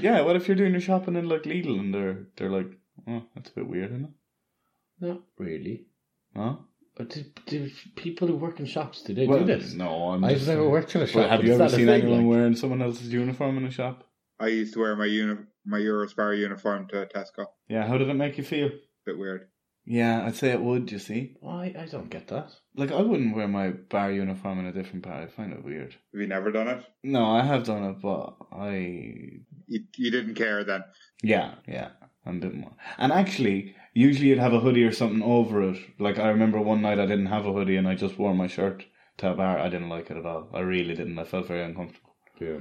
Speaker 2: Yeah, what if you're doing your shopping in like Lidl and they're they're like, oh, that's a bit weird, isn't it?
Speaker 3: not really.
Speaker 2: No,
Speaker 3: Or do, do people who work in shops do they
Speaker 2: well,
Speaker 3: do this?
Speaker 2: No, I'm
Speaker 3: I've
Speaker 2: just-
Speaker 3: never worked in a shop.
Speaker 2: But have
Speaker 3: but
Speaker 2: you
Speaker 3: is
Speaker 2: ever
Speaker 3: that a
Speaker 2: seen
Speaker 3: thing,
Speaker 2: anyone
Speaker 3: like?
Speaker 2: wearing someone else's uniform in a shop?
Speaker 1: I used to wear my uni- my Eurospar uniform to Tesco.
Speaker 2: Yeah, how did it make you feel?
Speaker 1: Bit weird.
Speaker 2: Yeah, I'd say it would, you see.
Speaker 3: Why I don't get that.
Speaker 2: Like, I wouldn't wear my bar uniform in a different bar. I find it weird.
Speaker 1: Have you never done it?
Speaker 2: No, I have done it, but I
Speaker 1: You, you didn't care then.
Speaker 2: Yeah, yeah, and a bit more. And actually, usually you'd have a hoodie or something over it. Like I remember one night I didn't have a hoodie and I just wore my shirt to a bar. I didn't like it at all. I really didn't. I felt very uncomfortable.
Speaker 3: Yeah.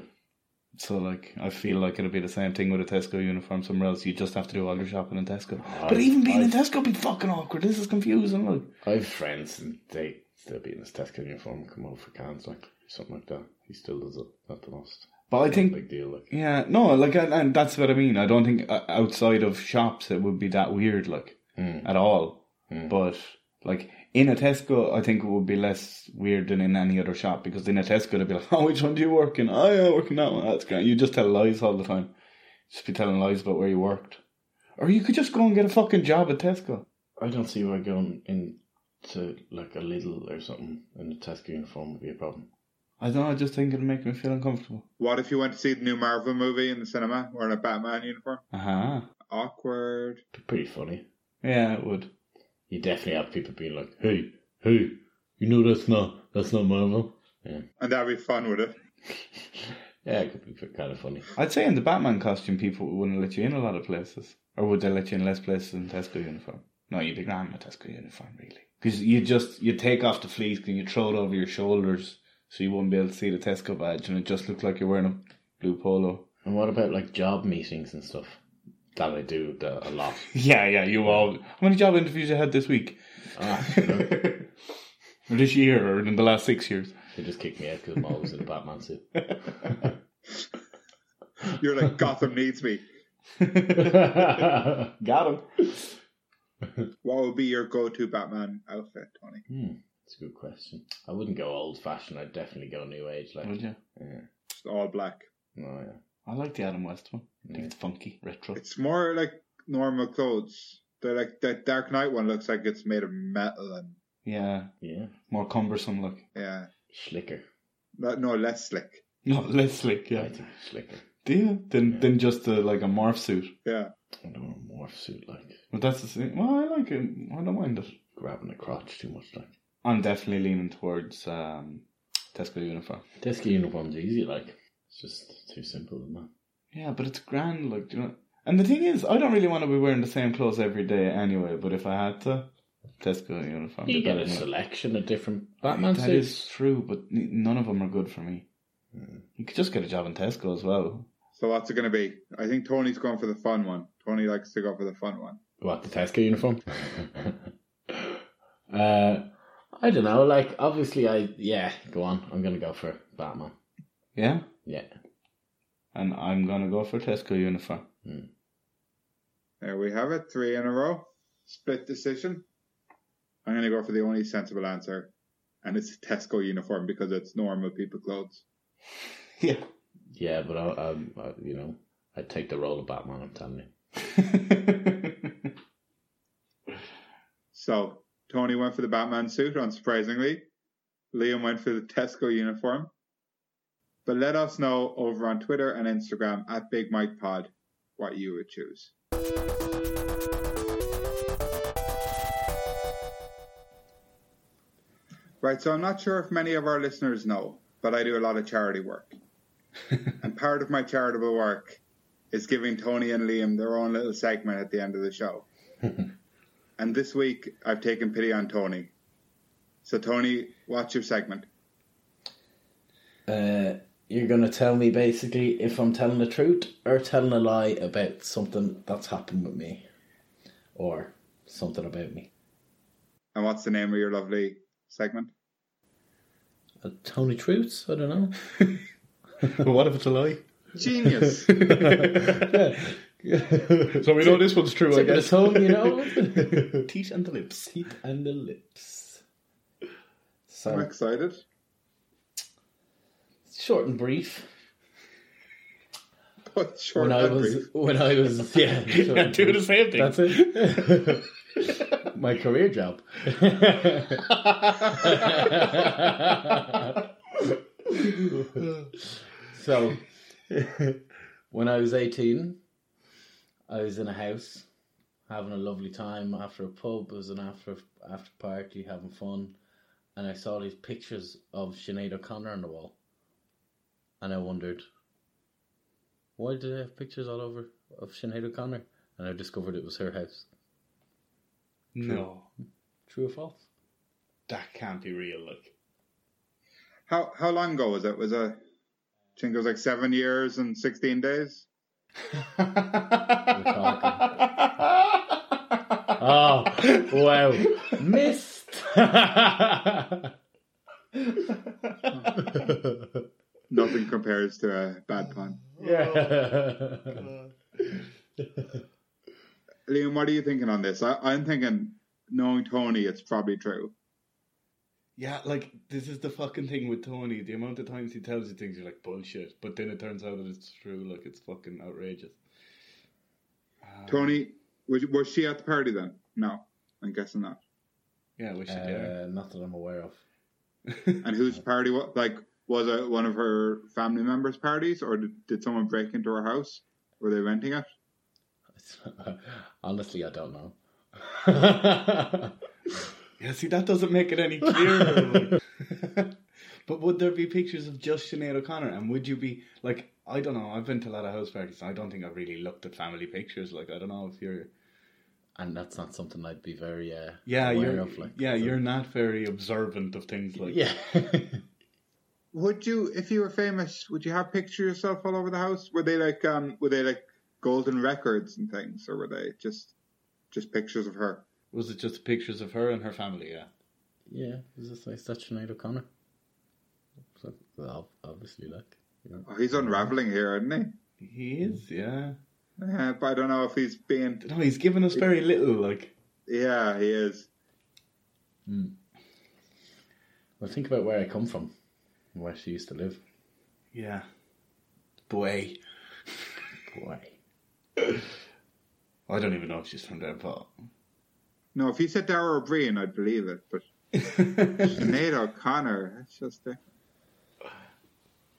Speaker 2: So like, I feel like it'd be the same thing with a Tesco uniform somewhere else. You just have to do all your shopping in Tesco. but even being
Speaker 3: Oh, I,
Speaker 2: in Tesco would be fucking awkward. This is confusing. Like,
Speaker 3: I have friends and they they'll be in this Tesco uniform, come over for cans, like something like that. He still does it. Not the most.
Speaker 2: but I think
Speaker 3: big deal. Like
Speaker 2: Yeah, no, like, and, and that's what I mean. I don't think uh, outside of shops it would be that weird, like,
Speaker 3: Mm.
Speaker 2: at all.
Speaker 3: Mm.
Speaker 2: But, like, in a Tesco, I think it would be less weird than in any other shop because in a Tesco they'd be like, (laughs) oh, which one do you work in? Oh, yeah, I work in that one. That's great. You just tell lies all the time. Just be telling lies about where you worked. Or you could just go and get a fucking job at Tesco.
Speaker 3: I don't see why going into like a Lidl or something in a Tesco uniform would be a problem.
Speaker 2: I don't know, I just think it'd make me feel uncomfortable.
Speaker 1: What if you went to see the new Marvel movie in the cinema wearing a Batman uniform?
Speaker 2: Uh huh.
Speaker 1: Awkward.
Speaker 3: It'd be pretty funny.
Speaker 2: Yeah, it would.
Speaker 3: You definitely have people being like, "Hey, hey, you know that's not that's not Marvel."
Speaker 1: And that'd be fun, would it?
Speaker 3: (laughs) Yeah, it could be kind of funny.
Speaker 2: I'd say in the Batman costume, people wouldn't let you in a lot of places, or would they let you in less places than Tesco uniform? No, you'd be grand in a Tesco uniform, really, because you just you take off the fleece and you throw it over your shoulders, so you wouldn't be able to see the Tesco badge, and it just looked like you're wearing a blue polo. (laughs)
Speaker 3: And what about like job meetings and stuff? That I do that a lot.
Speaker 2: Yeah, yeah, you all. How many job interviews you had this week,
Speaker 3: ah,
Speaker 2: (laughs)
Speaker 3: you know,
Speaker 2: or this year, or in the last six years?
Speaker 3: they just kick me out because I'm always in a Batman suit. (laughs)
Speaker 1: You're like Gotham needs me.
Speaker 2: Got him.
Speaker 1: What would be your go-to Batman outfit, Tony?
Speaker 3: Hmm, that's a good question. I wouldn't go old fashioned. I'd definitely go new age. Like,
Speaker 2: Would you?
Speaker 3: yeah.
Speaker 1: Just all black.
Speaker 3: no, yeah.
Speaker 2: I like the Adam West one. I think
Speaker 3: Yeah.
Speaker 2: it's funky, retro.
Speaker 1: It's more like normal clothes. They're like that Dark Knight one looks like it's made of metal and
Speaker 2: Yeah,
Speaker 3: yeah,
Speaker 2: more cumbersome look.
Speaker 1: yeah,
Speaker 3: schlicker.
Speaker 1: no, no less slick.
Speaker 2: No, less slick. Yeah.
Speaker 3: I think schlicker.
Speaker 2: Do you? Than
Speaker 3: Yeah.
Speaker 2: than just a, like a morph suit.
Speaker 1: Yeah,
Speaker 3: I don't want a morph suit like
Speaker 2: But that's the thing. Well, I like it. I don't mind it.
Speaker 3: grabbing the crotch too much. Like
Speaker 2: I'm definitely leaning towards um, Tesco uniform.
Speaker 3: Tesco uniform's easy. Like it's just too simple, isn't it?
Speaker 2: Yeah, but it's grand. Like, do you know? And the thing is, I don't really want to be wearing the same clothes every day anyway. But if I had to, Tesco uniform.
Speaker 3: You
Speaker 2: be
Speaker 3: get
Speaker 2: better
Speaker 3: a
Speaker 2: than it.
Speaker 3: selection of different Batman
Speaker 2: That
Speaker 3: suits.
Speaker 2: is true, but n- none of them are good for me.
Speaker 3: Mm.
Speaker 2: You could just get a job in Tesco as well.
Speaker 1: So what's it going to be? I think Tony's going for the fun one. Tony likes to go for the fun one.
Speaker 3: What the Tesco (laughs) uniform? uh, I don't know. Like obviously, I yeah. Go on. I'm gonna go for Batman.
Speaker 2: Yeah.
Speaker 3: Yeah.
Speaker 2: And I'm gonna go for Tesco
Speaker 3: (laughs)
Speaker 2: uniform. (laughs)
Speaker 1: There we have it, three in a row, split decision. I'm going to go for the only sensible answer, and it's a Tesco uniform because it's normal people clothes.
Speaker 2: Yeah.
Speaker 3: Yeah, but I, um, I, you know, I'd take the role of Batman. I'm telling you.
Speaker 1: So Tony went for the Batman suit, unsurprisingly. Liam went for the Tesco uniform. But let us know over on Twitter and Instagram at Big Mike Pod what you would choose. Right, so I'm not sure if many of our listeners know, but I do a lot of charity work. and part of my charitable work is giving Tony and Liam their own little segment at the end of the show. And this week, I've taken pity on Tony. So, Tony, watch your segment.
Speaker 3: Uh, you're gonna tell me basically if I'm telling the truth or telling a lie about something that's happened with me, or something about me.
Speaker 1: And what's the name of your lovely segment?
Speaker 3: Uh, Tony Truths? I don't (laughs) know.
Speaker 2: but what if it's a lie?
Speaker 1: Genius!
Speaker 2: So we know this one's true, I
Speaker 3: Tip of the
Speaker 2: guess.
Speaker 3: tongue, you (laughs) know.
Speaker 2: Teeth and the lips.
Speaker 3: teeth and the lips.
Speaker 1: (laughs) I'm
Speaker 3: So
Speaker 1: excited.
Speaker 3: short and brief.
Speaker 1: But short
Speaker 3: When I
Speaker 1: and
Speaker 3: was
Speaker 1: brief.
Speaker 3: (laughs)
Speaker 2: (laughs)
Speaker 3: when I was yeah, short and brief.
Speaker 2: the same thing.
Speaker 3: that's it. (laughs) my career job. (laughs)
Speaker 1: (laughs)
Speaker 3: so, when I was 18, I was in a house having a lovely time after a pub. It was an after after party, having fun, and I saw these pictures of Sinead O'Connor on the wall, and I wondered, why do they have pictures all over of Sinead O'Connor? And I discovered it was her house.
Speaker 2: No,
Speaker 3: True or false?
Speaker 2: that can't be real. (laughs) Like,
Speaker 1: How how long ago was it? Was it? I think it was like seven years and sixteen days.
Speaker 3: Oh, wow. (laughs) Missed.
Speaker 1: Nothing compares to a bad
Speaker 2: (laughs)
Speaker 1: pun.
Speaker 3: yeah.
Speaker 1: Liam, what are you thinking on this? I, I'm thinking, knowing Tony, it's probably true.
Speaker 2: yeah, like this is the fucking thing with Tony. The amount of times he tells you things, you're like bullshit, but then it turns out that it's true. Like, it's fucking outrageous. Uh,
Speaker 1: Tony, was, was she at the party then? No, I'm guessing not.
Speaker 2: Yeah, we should do.
Speaker 3: Uh, not that I'm aware of.
Speaker 1: And whose party? What like was it one of her family members' parties, or did, did someone break into her house? Were they renting it?
Speaker 3: (laughs) Honestly, I don't know. (laughs)
Speaker 2: Yeah, see, that doesn't make it any clearer. (laughs) like. but would there be pictures of just Sinead O'Connor? And would you be like, I don't know. I've been to a lot of house parties. I don't think I've really looked at family pictures. Like, I don't know if you're,
Speaker 3: and that's not something I'd be very uh, (laughs)
Speaker 2: yeah,
Speaker 3: aware
Speaker 2: you're,
Speaker 3: of. Like,
Speaker 2: yeah,
Speaker 3: so-
Speaker 2: you're not very observant of things like.
Speaker 3: yeah.
Speaker 1: Would you, if you were famous, would you have pictures of yourself all over the house? Were they like, um, were they like golden records and things, or were they just, just pictures of her?
Speaker 2: Was it just pictures of her and her family? Yeah.
Speaker 3: yeah, is this like that Sinead O'Connor? So, well, obviously, like. you know.
Speaker 1: Oh, he's unraveling here, isn't
Speaker 2: He is, yeah.
Speaker 1: he? Yeah, but I don't know if he's being.
Speaker 2: No, he's given us very little. Like,
Speaker 1: Yeah, he is.
Speaker 3: Well, think about where I come from, and where she used to live.
Speaker 2: yeah, boy.
Speaker 3: Boy.
Speaker 2: I don't even know if she's from there, but (laughs)
Speaker 1: No, if you said Dara O'Brien, I'd believe it. But Sinead O'Connor, that's just uh, a,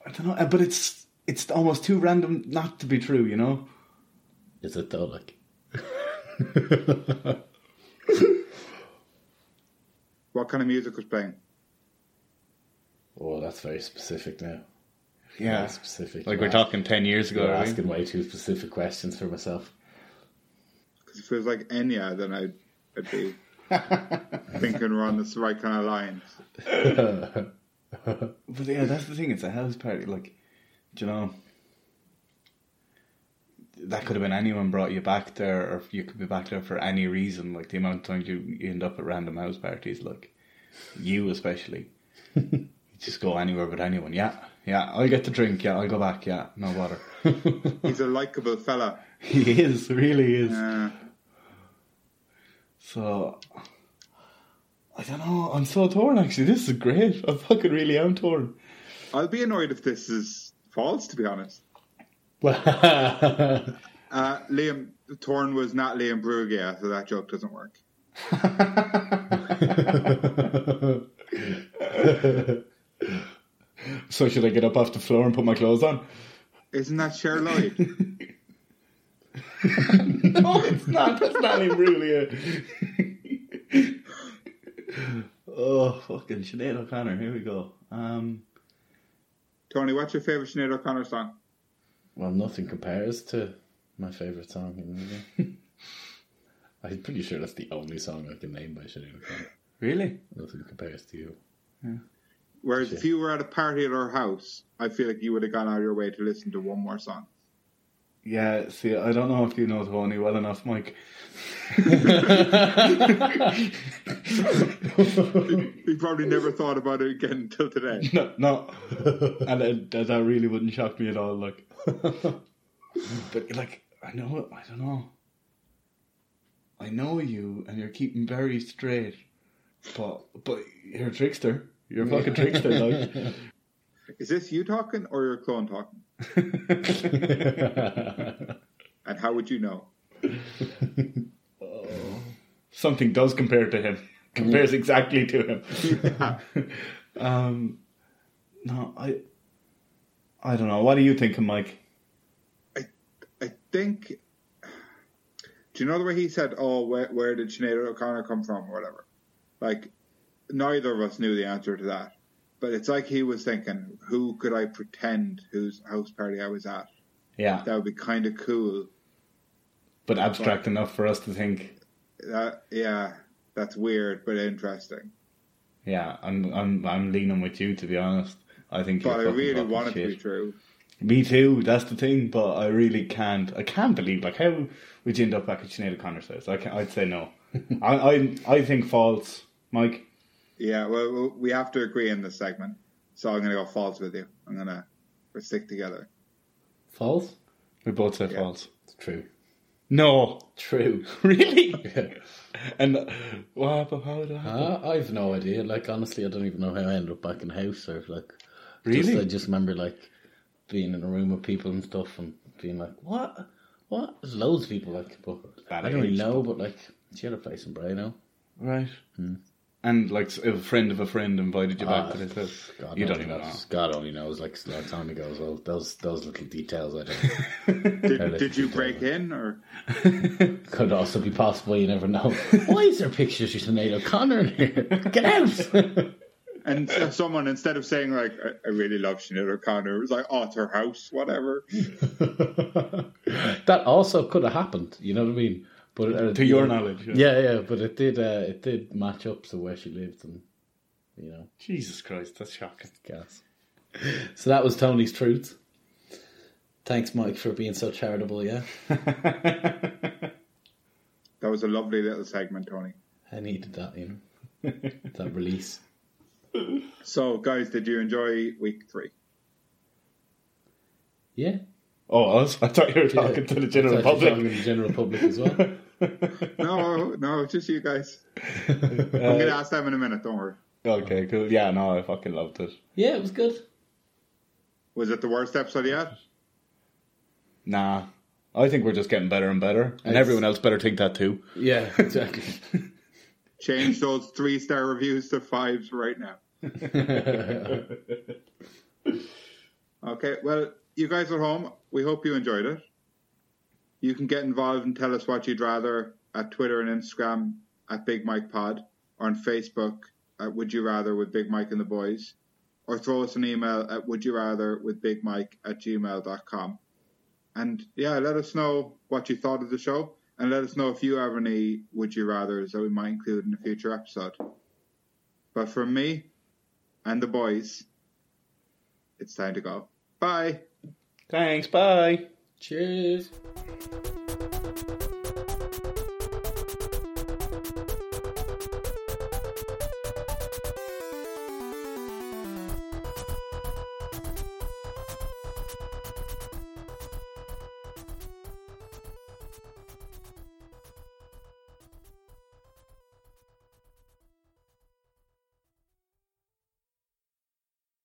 Speaker 2: I don't know. But it's it's almost too random not to be true, you know.
Speaker 3: Is it though? Like, (laughs)
Speaker 1: what kind of music was playing?
Speaker 3: oh, that's very specific now.
Speaker 2: Yeah.
Speaker 3: Very specific.
Speaker 2: Like
Speaker 3: You're
Speaker 2: we're talking ten years
Speaker 3: ask-
Speaker 2: ago.
Speaker 3: You're
Speaker 2: are we?
Speaker 3: asking way too specific questions for myself.
Speaker 1: Because if it was like Enya, then I'd, I'd be thinking we're on this right kind of lines.
Speaker 2: (laughs) But yeah, that's the thing. It's a house party. Like, do you know? That could have been anyone brought you back there, or you could be back there for any reason. Like the amount of times you you end up at random house parties, like you especially, (laughs) you just go anywhere but anyone. Yeah, yeah. I'll get the drink. Yeah, I'll go back. Yeah, no water.
Speaker 1: He's a likable fella.
Speaker 2: (laughs) he is really is.
Speaker 1: Uh,
Speaker 2: So I don't know. I'm so torn. Actually, this is great. I fucking really am torn.
Speaker 1: I'll be annoyed if this is false, to be honest.
Speaker 3: Well,
Speaker 1: Uh, Liam Torn was not Liam Brugge, so that joke doesn't work.
Speaker 2: So should I get up off the floor and put my clothes on? (laughs)
Speaker 1: Isn't that Cher Lloyd?
Speaker 2: No, it's not. That's not him, really. oh, fucking Sinead O'Connor. Here we go. Um,
Speaker 1: Tony, what's your favourite Sinead O'Connor song?
Speaker 3: well, nothing compares to my favourite song in the movie. (laughs) I'm pretty sure that's the only song I can name by Sinead O'Connor.
Speaker 2: really?
Speaker 3: Nothing compares to you.
Speaker 1: Whereas if you were at a party at her house, I feel like you would have gone out of your way to listen to one more song.
Speaker 2: Yeah. See, I don't know if you know Tony well enough, (laughs) Mike.
Speaker 1: You probably never thought about it again (laughs) until today.
Speaker 2: No, no. and uh, that, that really wouldn't shock me at all. Like, but like, I know, I don't know. I know you, and you're keeping very straight, but but you're a trickster. You're a fucking trickster, (laughs)
Speaker 1: (laughs)
Speaker 2: like.
Speaker 1: Is this you talking or your clone talking? And how would you know?
Speaker 2: Uh, something does compare to him. Compares exactly to him. (laughs) um, no, I, I don't know. What are you thinking, Mike?
Speaker 1: I think. Do you know the way he said, "Oh, where, where did Sinead O'Connor come from?" or whatever. Like, neither of us knew the answer to that, but it's like he was thinking, "Who could I pretend whose house party I was at?
Speaker 2: Yeah,
Speaker 1: That would be kind of cool."
Speaker 2: but abstract enough for us to think.
Speaker 1: That yeah, that's weird but interesting.
Speaker 2: Yeah, I'm, I'm, I'm leaning with you to be honest. I think.
Speaker 1: But
Speaker 2: you're
Speaker 1: I
Speaker 2: fucking
Speaker 1: really
Speaker 2: talking
Speaker 1: want it
Speaker 2: shit.
Speaker 1: to be true.
Speaker 2: Me too. That's the thing. But I really can't. I can't believe like how would you end up back at Sinead O'Connor's house? I can, I'd say no. I, I I think false, Mike.
Speaker 1: Yeah, well, well, we have to agree in this segment, so I'm gonna go false with you. I'm gonna we'll stick together.
Speaker 3: False?
Speaker 2: We both say
Speaker 1: Yeah.
Speaker 2: false.
Speaker 3: It's true. (laughs)
Speaker 2: No,
Speaker 3: True.
Speaker 2: (laughs) really.
Speaker 3: Yeah.
Speaker 2: and uh, what happened? How did that happen?
Speaker 3: Uh, I've no idea. Like honestly, I don't even know how I ended up back in the house. Or if, like,
Speaker 2: Really?
Speaker 3: just, I just remember like being in a room with people and stuff, and being like, "What? What?" There's loads of people like, but
Speaker 2: That
Speaker 3: I don't really
Speaker 2: age,
Speaker 3: know. But like, she had a place in Bray now.
Speaker 2: Right. And like s- a friend of a friend invited you back
Speaker 3: Ah,
Speaker 2: to this house.
Speaker 3: God
Speaker 2: you don't
Speaker 3: only
Speaker 2: even know.
Speaker 3: knows. God only knows. Like it's a long time ago as well. Those those little details I don't. (laughs)
Speaker 1: Did,
Speaker 3: let's
Speaker 1: did you
Speaker 3: do
Speaker 1: break in or?
Speaker 3: could also be possible. You
Speaker 2: (laughs)
Speaker 3: never know. Why is there pictures of Sinead O'Connor in here? Get out! (laughs)
Speaker 1: And so- someone instead of saying like, "I, I really love Sinead O'Connor," it was like, "Oh, it's her house, whatever."
Speaker 3: that also could have happened. You know what I mean? But uh,
Speaker 2: (laughs) To your knowledge.
Speaker 3: yeah, yeah. But it did. Uh, it did match up to where she lived, and you know,
Speaker 2: Jesus Christ, that's shocking. (laughs)
Speaker 3: gas. So that was Tony's truth. Thanks, Mike, for being so charitable. Yeah,
Speaker 1: That was a lovely little segment, Tony.
Speaker 3: I needed that. You know, that release.
Speaker 1: So, guys, did you enjoy week three?
Speaker 3: Yeah,
Speaker 2: Oh, us? I thought you were
Speaker 3: yeah.
Speaker 2: talking to the general
Speaker 3: It's actually
Speaker 2: public.
Speaker 3: talking to the general public as well.
Speaker 1: No, no, just you guys. I'm gonna ask them in a minute. Don't worry.
Speaker 2: Uh, Okay, cool. Yeah, no, I fucking loved it.
Speaker 3: yeah, it was good.
Speaker 1: Was it the worst episode yet?
Speaker 2: Nah, I think we're just getting better and better, and
Speaker 3: It's-
Speaker 2: everyone else better think that too.
Speaker 3: Yeah, exactly.
Speaker 1: Change those three star reviews to fives right now. Okay, well, you guys at home, we hope you enjoyed it. You can get involved and tell us what you'd rather at Twitter and Instagram at Big Mike Pod or on Facebook at Would You Rather with Big Mike and the Boys or throw us an email at Would You Rather with Big Mike at gmail.com. And yeah, let us know what you thought of the show and let us know if you have any Would You Rathers that we might include in a future episode. But from me and the boys, it's time to go. Bye.
Speaker 2: (laughs) Thanks. Bye.
Speaker 3: Cheers.